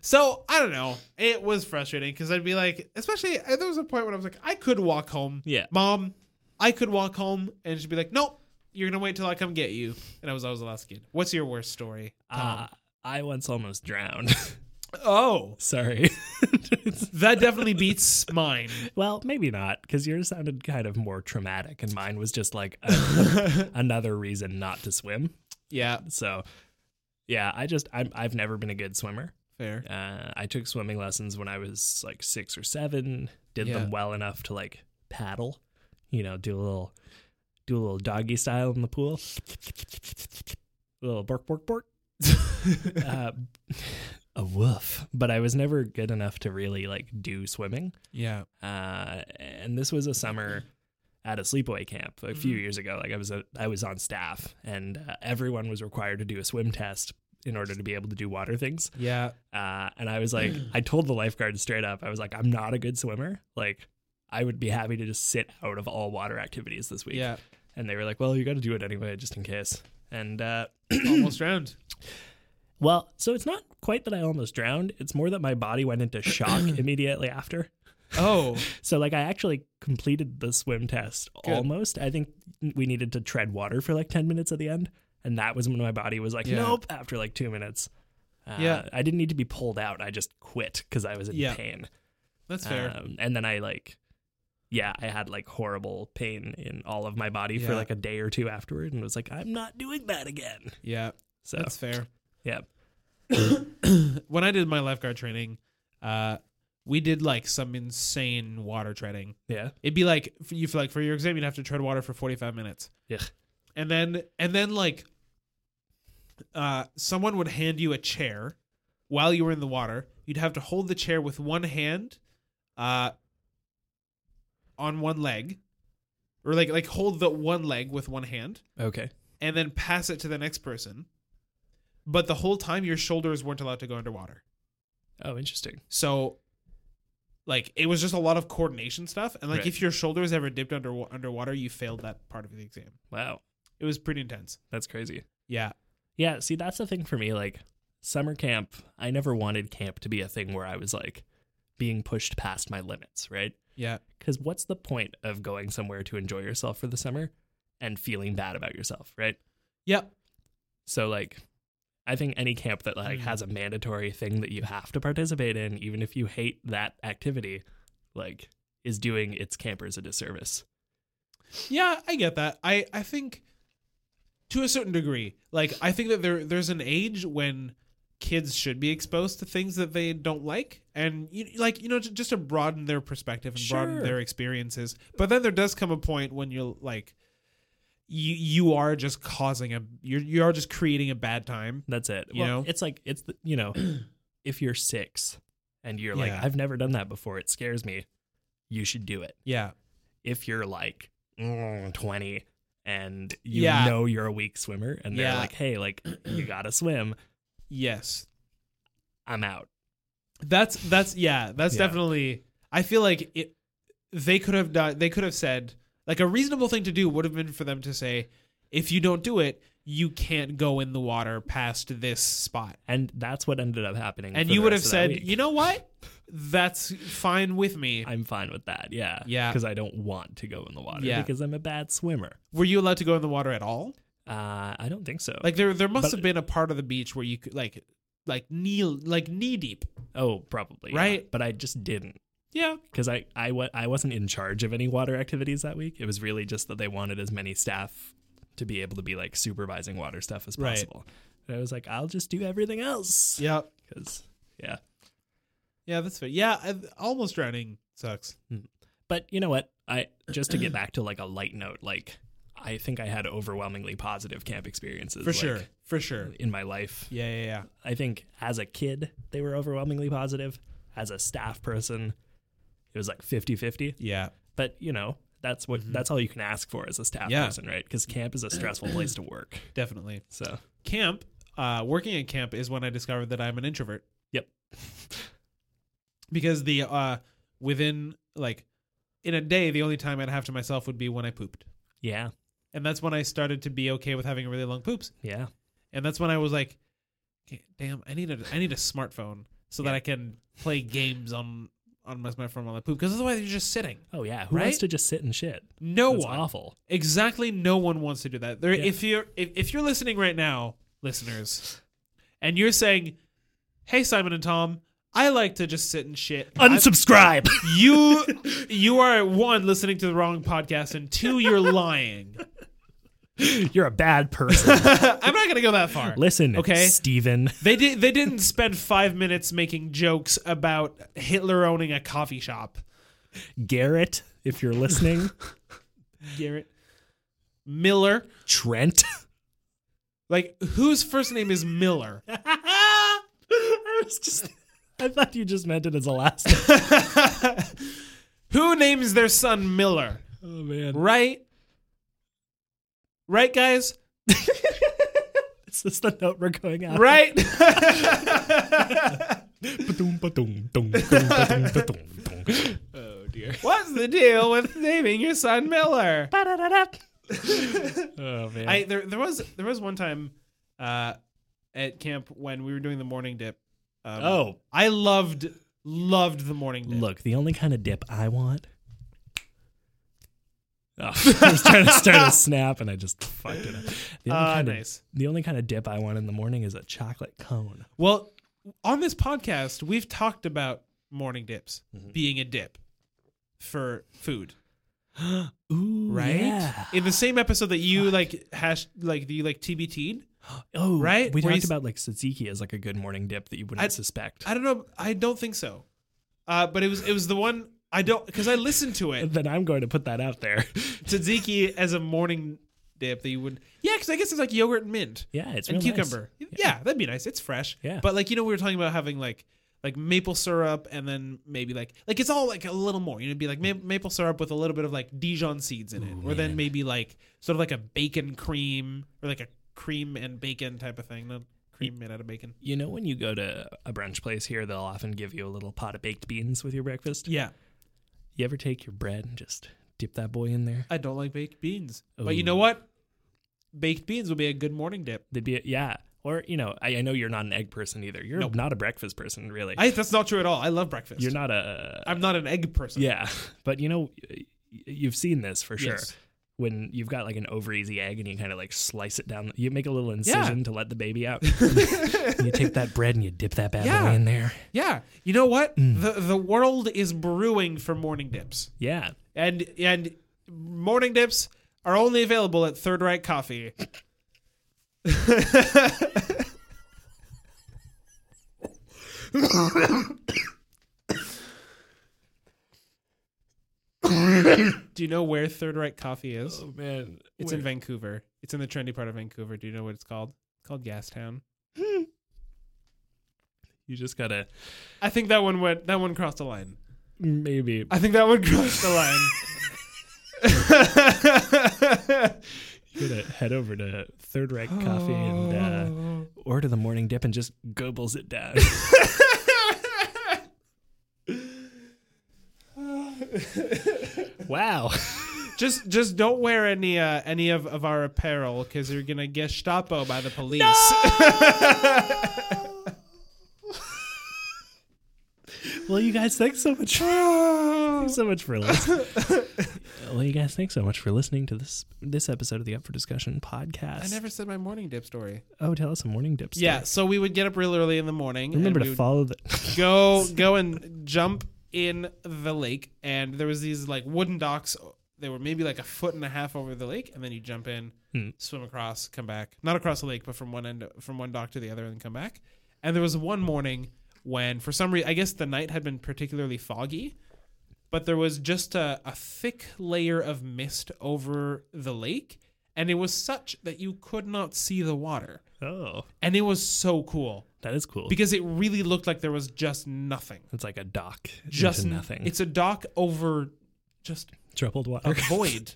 Speaker 2: So I don't know. It was frustrating because I'd be like, especially uh, there was a point when I was like, I could walk home.
Speaker 3: Yeah.
Speaker 2: Mom, I could walk home, and she'd be like, Nope, you're gonna wait till I come get you. And I was always the last kid. What's your worst story? Tom?
Speaker 3: Uh, I once almost drowned.
Speaker 2: oh,
Speaker 3: Sorry.
Speaker 2: that definitely beats mine.
Speaker 3: well, maybe not, because yours sounded kind of more traumatic, and mine was just like a- another reason not to swim.
Speaker 2: Yeah,
Speaker 3: So, yeah, I just I'm, I've never been a good swimmer.
Speaker 2: fair.
Speaker 3: Uh, I took swimming lessons when I was like six or seven. Did
Speaker 2: Yeah.
Speaker 3: them well enough to like paddle, you know, do a little, do a little doggy style in the pool, little bork bork bork. uh, a woof. But I was never good enough to really like do swimming.
Speaker 2: Yeah,
Speaker 3: Uh, and this was a summer at a sleepaway camp a few years ago. Like I was a, I was on staff, and uh, everyone was required to do a swim test in order to be able to do water things.
Speaker 2: yeah,
Speaker 3: Uh, and I was like, I told the lifeguard straight up, I was like, I'm not a good swimmer. Like, I would be happy to just sit out of all water activities this week.
Speaker 2: yeah.
Speaker 3: And they were like, well, you got to do it anyway, just in case. And, uh,
Speaker 2: Almost drowned.
Speaker 3: well, so it's not quite that I almost drowned. It's more that my body went into shock immediately after.
Speaker 2: Oh,
Speaker 3: So, like, I actually completed the swim test
Speaker 2: Good.
Speaker 3: almost. I think we needed to tread water for like 10 minutes at the end. And that was when my body was like,
Speaker 2: Yeah.
Speaker 3: nope, after like two minutes. Uh,
Speaker 2: Yeah.
Speaker 3: I didn't need to be pulled out. I just quit because I was in
Speaker 2: Yeah.
Speaker 3: pain.
Speaker 2: that's fair.
Speaker 3: Um, and then I like, yeah, I had like horrible pain in all of my body for
Speaker 2: Yeah.
Speaker 3: like a day or two afterward, and was like, I'm not doing that again.
Speaker 2: yeah,
Speaker 3: So
Speaker 2: that's fair.
Speaker 3: yeah,
Speaker 2: when I did my lifeguard training, uh, we did like some insane water treading.
Speaker 3: yeah,
Speaker 2: It'd be like for you for like for your exam, you'd have to tread water for forty five minutes.
Speaker 3: yeah.
Speaker 2: and then and then like uh someone would hand you a chair while you were in the water you'd have to hold the chair with one hand uh on one leg or like like hold the one leg with one hand
Speaker 3: Okay.
Speaker 2: and then pass it to the next person but the whole time your shoulders weren't allowed to go underwater
Speaker 3: Oh, interesting.
Speaker 2: so like it was just a lot of coordination stuff and like
Speaker 3: Right.
Speaker 2: if your shoulders ever dipped under underwater you failed that part of the exam
Speaker 3: Wow,
Speaker 2: it was pretty intense
Speaker 3: that's crazy.
Speaker 2: yeah.
Speaker 3: Yeah, see, that's the thing for me. Like, summer camp, I never wanted camp to be a thing where I was like being pushed past my limits, right?
Speaker 2: Yeah.
Speaker 3: Because what's the point of going somewhere to enjoy yourself for the summer and feeling bad about yourself, right?
Speaker 2: Yep.
Speaker 3: So, like, I think any camp that like
Speaker 2: Mm.
Speaker 3: has a mandatory thing that you have to participate in, even if you hate that activity, like, is doing its campers a disservice.
Speaker 2: Yeah, I get that. I I think to a certain degree, like I think that there there's an age when kids should be exposed to things that they don't like and you, like you know j- just to broaden their perspective and broaden
Speaker 3: Sure.
Speaker 2: their experiences but then there does come a point when you're like you you are just causing a you're you are just creating a bad time
Speaker 3: That's it.
Speaker 2: You
Speaker 3: well,
Speaker 2: know?
Speaker 3: it's like it's the, you know, if you're six and you're like,
Speaker 2: Yeah.
Speaker 3: I've never done that before, it scares me. You should do it.
Speaker 2: yeah
Speaker 3: If you're like mm, twenty and you
Speaker 2: Yeah.
Speaker 3: know you're a weak swimmer, and they're
Speaker 2: Yeah.
Speaker 3: like, hey, like you gotta swim.
Speaker 2: yes
Speaker 3: I'm out.
Speaker 2: That's that's yeah, that's
Speaker 3: Yeah.
Speaker 2: definitely I feel like it they could have done they could have said like a reasonable thing to do would have been for them to say if you don't do it, you can't go in the water past this spot.
Speaker 3: And that's what ended up happening.
Speaker 2: And
Speaker 3: for
Speaker 2: you
Speaker 3: the
Speaker 2: would have
Speaker 3: rest of that
Speaker 2: said,
Speaker 3: week.
Speaker 2: "You know what? That's fine with me."
Speaker 3: I'm fine with that. Yeah.
Speaker 2: Yeah.
Speaker 3: Because I don't want to go in the water
Speaker 2: Yeah.
Speaker 3: because I'm a bad swimmer.
Speaker 2: Were you allowed to go in the water at all?
Speaker 3: Uh, I don't think so.
Speaker 2: Like there there must
Speaker 3: But-
Speaker 2: have been a part of the beach where you could like like knee like knee deep.
Speaker 3: oh, probably. yeah.
Speaker 2: Right.
Speaker 3: But I just didn't.
Speaker 2: Yeah.
Speaker 3: Because I, I, wa- I wasn't in charge of any water activities that week. It was really just that they wanted as many staff to be able to be like supervising water stuff as
Speaker 2: Right.
Speaker 3: possible. And I was like, I'll just do everything else.
Speaker 2: Yeah.
Speaker 3: Because, yeah.
Speaker 2: Yeah, that's fair. Yeah, I, almost drowning sucks.
Speaker 3: But you know what? I just to get back to like a light note, like I think I had overwhelmingly positive camp experiences.
Speaker 2: For
Speaker 3: like,
Speaker 2: sure. For sure.
Speaker 3: In my life,
Speaker 2: Yeah, yeah, yeah.
Speaker 3: I think as a kid, they were overwhelmingly positive. As a staff person, it was like 50 50.
Speaker 2: Yeah.
Speaker 3: But, you know, that's what that's all you can ask for as a staff
Speaker 2: Yeah.
Speaker 3: person, right? Because camp is a stressful place to work.
Speaker 2: Definitely.
Speaker 3: So,
Speaker 2: camp, uh, working at camp is when I discovered that I'm an introvert.
Speaker 3: Yep.
Speaker 2: because the uh, within like in a day, the only time I'd have to myself would be when I pooped,
Speaker 3: yeah,
Speaker 2: and that's when I started to be okay with having really long poops,
Speaker 3: yeah,
Speaker 2: and that's when I was like, "Okay, damn, I need a I need a smartphone so that I can play games on on my smartphone while I poop, because otherwise you're just sitting.
Speaker 3: oh, yeah. Who
Speaker 2: Right?
Speaker 3: wants to just sit and shit?
Speaker 2: No
Speaker 3: That's
Speaker 2: one,
Speaker 3: awful.
Speaker 2: exactly, no one wants to do that. There,
Speaker 3: Yeah.
Speaker 2: if you're if, if you're listening right now, listeners, and you're saying, "Hey, Simon and Tom." I like to just sit and shit. I-
Speaker 3: Unsubscribe.
Speaker 2: you you are one listening to the wrong podcast and two you're lying
Speaker 3: You're a bad person.
Speaker 2: i'm not gonna go that far
Speaker 3: Listen,
Speaker 2: Okay.
Speaker 3: okay, Steven.
Speaker 2: they did they didn't spend five minutes making jokes about hitler owning a coffee shop
Speaker 3: Garrett, if you're listening,
Speaker 2: garrett miller
Speaker 3: Trent.
Speaker 2: like whose first name is miller
Speaker 3: I was just, I thought you just meant it as a last. name.
Speaker 2: who names their son miller
Speaker 3: Oh man,
Speaker 2: right right guys
Speaker 3: is this the note we're going after?
Speaker 2: right
Speaker 3: oh dear.
Speaker 2: what's the deal with naming your son miller
Speaker 3: Oh man.
Speaker 2: I there there was there was one time uh at camp when we were doing the morning dip. Um,
Speaker 3: oh,
Speaker 2: I loved loved the morning dip.
Speaker 3: look, the only kind of dip I want. Oh, I was trying to start a snap and I just fucked it up. The only,
Speaker 2: uh,
Speaker 3: kind of,
Speaker 2: nice.
Speaker 3: the only kind of dip I want in the morning is a chocolate cone.
Speaker 2: Well, on this podcast, we've talked about morning dips
Speaker 3: Mm-hmm.
Speaker 2: being a dip for food,
Speaker 3: Ooh,
Speaker 2: right?
Speaker 3: yeah.
Speaker 2: In the same episode that you like hash like you like TBT'd.
Speaker 3: Oh,
Speaker 2: Right?
Speaker 3: We
Speaker 2: Where you
Speaker 3: talked
Speaker 2: s-
Speaker 3: about like tzatziki as like a good morning dip that you wouldn't
Speaker 2: I-
Speaker 3: suspect.
Speaker 2: I don't know. I don't think so. Uh, but it was it was the one I don't because I listened to it.
Speaker 3: then I'm going to put that out there.
Speaker 2: Tzatziki as a morning dip that you would yeah because I guess it's like yogurt and mint.
Speaker 3: Yeah, it's
Speaker 2: and
Speaker 3: real nice.
Speaker 2: cucumber. Yeah. that'd be nice. It's fresh.
Speaker 3: Yeah.
Speaker 2: But like you know, we were talking about having like like maple syrup and then maybe like like it's all like a little more. You know, it'd be like ma- maple syrup with a little bit of like Dijon seeds in it, or then maybe like sort of like a bacon cream or like a cream and bacon type of thing. Not cream made out of bacon.
Speaker 3: You know when you go to a brunch place here, they'll often give you a little pot of baked beans with your breakfast.
Speaker 2: Yeah,
Speaker 3: You ever take your bread and just dip that boy in there?
Speaker 2: I don't like baked beans, but you
Speaker 3: Ooh.
Speaker 2: know what? Baked beans would be a good morning dip.
Speaker 3: They'd be yeah. Or, you know, I, I know you're not an egg person either. You're
Speaker 2: Nope.
Speaker 3: not a breakfast person, really.
Speaker 2: I, that's not true at all. I love breakfast.
Speaker 3: you're not a.
Speaker 2: I'm not an egg person.
Speaker 3: yeah. But, you know, y- you've seen this for sure.
Speaker 2: Yes.
Speaker 3: When you've got like an over easy egg and you kind of like slice it down, you make a little incision to let the baby out. And you take that bread and you dip that bad boy
Speaker 2: Yeah.
Speaker 3: in there.
Speaker 2: Yeah. You know what? The the world is brewing for morning dips.
Speaker 3: Yeah.
Speaker 2: And and morning dips are only available at Third Right Coffee. Do you know where Third Right Coffee is?
Speaker 3: Um, man.
Speaker 2: It's in Vancouver. It's in the trendy part of Vancouver. Do you know what it's called? It's called Gastown.
Speaker 3: You just got to
Speaker 2: I think that one went that one crossed the line.
Speaker 3: maybe.
Speaker 2: I think that one crossed the line.
Speaker 3: You gotta head over to Third Reich Coffee and uh, order the morning dip and just gobbles it down. wow.
Speaker 2: just just don't wear any uh, any of, of our apparel because you're gonna Gestapo by the police.
Speaker 3: Well, you guys, thanks so much. thanks so much for listening. well, you guys, thanks so much for listening to this this episode of the Up for Discussion podcast.
Speaker 2: I never said my morning dip story.
Speaker 3: oh, tell us a morning dip. Story.
Speaker 2: Yeah, so we would get up real early in the morning.
Speaker 3: Remember
Speaker 2: and we
Speaker 3: to
Speaker 2: would
Speaker 3: follow the.
Speaker 2: go go and jump in the lake and there was these like wooden docks they were maybe like a foot and a half over the lake and then you jump in
Speaker 3: Hmm.
Speaker 2: swim across come back not across the lake but from one end from one dock to the other and come back and there was one morning when for some reason i guess the night had been particularly foggy but there was just a, a thick layer of mist over the lake and it was such that you could not see the water
Speaker 3: oh,
Speaker 2: and it was so cool
Speaker 3: that is cool.
Speaker 2: because it really looked like there was just nothing
Speaker 3: it's like a dock.
Speaker 2: just
Speaker 3: into nothing.
Speaker 2: It's a dock over just
Speaker 3: troubled
Speaker 2: a
Speaker 3: water.
Speaker 2: void.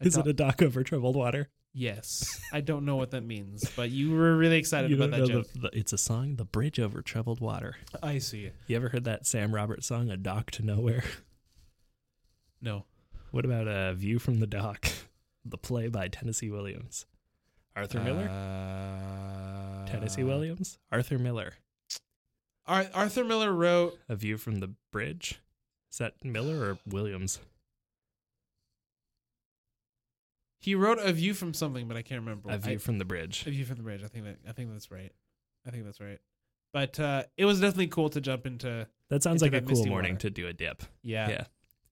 Speaker 2: A
Speaker 3: is
Speaker 2: dock-
Speaker 3: it a dock over troubled water?
Speaker 2: yes, I don't know what that means, but you were really excited
Speaker 3: You
Speaker 2: about
Speaker 3: don't
Speaker 2: that
Speaker 3: know
Speaker 2: joke.
Speaker 3: the, the, it's a song, The Bridge Over Troubled Water.
Speaker 2: I see.
Speaker 3: You ever heard that Sam Roberts song, A Dock to Nowhere?
Speaker 2: No,
Speaker 3: What about A View from the Dock? The play by Tennessee Williams. Arthur Miller?
Speaker 2: Uh,
Speaker 3: Tennessee Williams? Arthur Miller.
Speaker 2: Ar- Arthur Miller wrote.
Speaker 3: A View from the Bridge? Is that Miller or Williams?
Speaker 2: He wrote a view from something, but I can't remember.
Speaker 3: A
Speaker 2: I-
Speaker 3: View from the Bridge.
Speaker 2: a view from the bridge. I think that. I think that's right. I think that's right. But uh, it was definitely cool to jump into.
Speaker 3: That sounds
Speaker 2: into
Speaker 3: like a
Speaker 2: that
Speaker 3: cool
Speaker 2: misty
Speaker 3: morning
Speaker 2: water.
Speaker 3: to do a dip.
Speaker 2: Yeah.
Speaker 3: Yeah.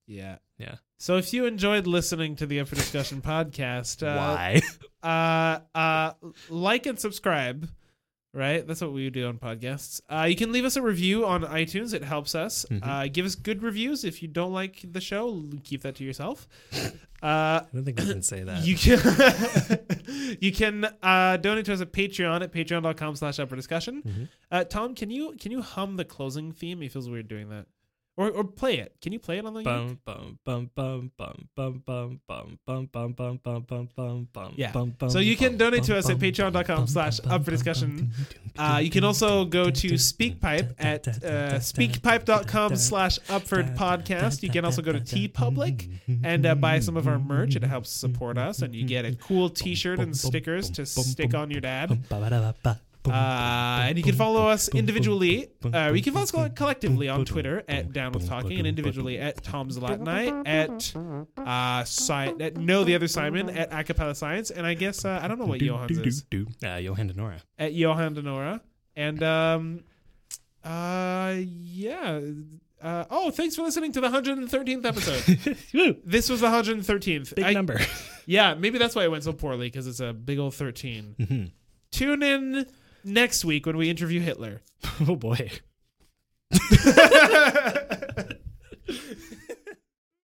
Speaker 2: Yeah.
Speaker 3: Yeah.
Speaker 2: So if you enjoyed listening to the Up for Discussion podcast, uh,
Speaker 3: Why?
Speaker 2: uh, uh, like and subscribe. Right, that's what we do on podcasts. Uh, you can leave us a review on iTunes; it helps us.
Speaker 3: Mhm.
Speaker 2: Uh, give us good reviews. If you don't like the show, l- keep that to yourself. Uh,
Speaker 3: I don't think we can say that.
Speaker 2: you can you can uh, donate to us at Patreon at patreon.com slash upper discussion.
Speaker 3: Mhm.
Speaker 2: Uh, Tom, can you can you hum the closing theme? It feels weird doing that, or or play it. Can you play it on the?
Speaker 3: Bum bum bum bum bum bum bum bum bum bum bum bum bum bum bum.
Speaker 2: Yeah.
Speaker 3: Bum, bum,
Speaker 2: So you can
Speaker 3: bum,
Speaker 2: donate
Speaker 3: bum,
Speaker 2: to us at
Speaker 3: bum,
Speaker 2: patreon.com
Speaker 3: bum, bum,
Speaker 2: slash
Speaker 3: bum,
Speaker 2: up for
Speaker 3: bum,
Speaker 2: discussion.
Speaker 3: bum,
Speaker 2: Uh, you can also go to SpeakPipe at uh, speakpipe.com slash upford podcast. You can also go to TeePublic and uh, buy some of our merch. It helps support us, and you get a cool t-shirt and stickers to stick on your dad. Uh, and you can follow us individually. Uh, you can follow us collectively on Twitter at Down With Talking and individually at Tom Zlatni, at, uh, si- at No The Other Simon, at Acapella Science, and I guess, uh, I don't know what Johan's is
Speaker 3: Uh, Johan and Nora.
Speaker 2: at Johan Denora. And um uh yeah. Uh, oh, thanks for listening to the 113th episode.
Speaker 3: Woo,
Speaker 2: this was the 113th.
Speaker 3: big
Speaker 2: I-
Speaker 3: number.
Speaker 2: Yeah, maybe that's why it went so poorly because it's a big old 13. Tune in next week when we interview Hitler.
Speaker 3: oh boy.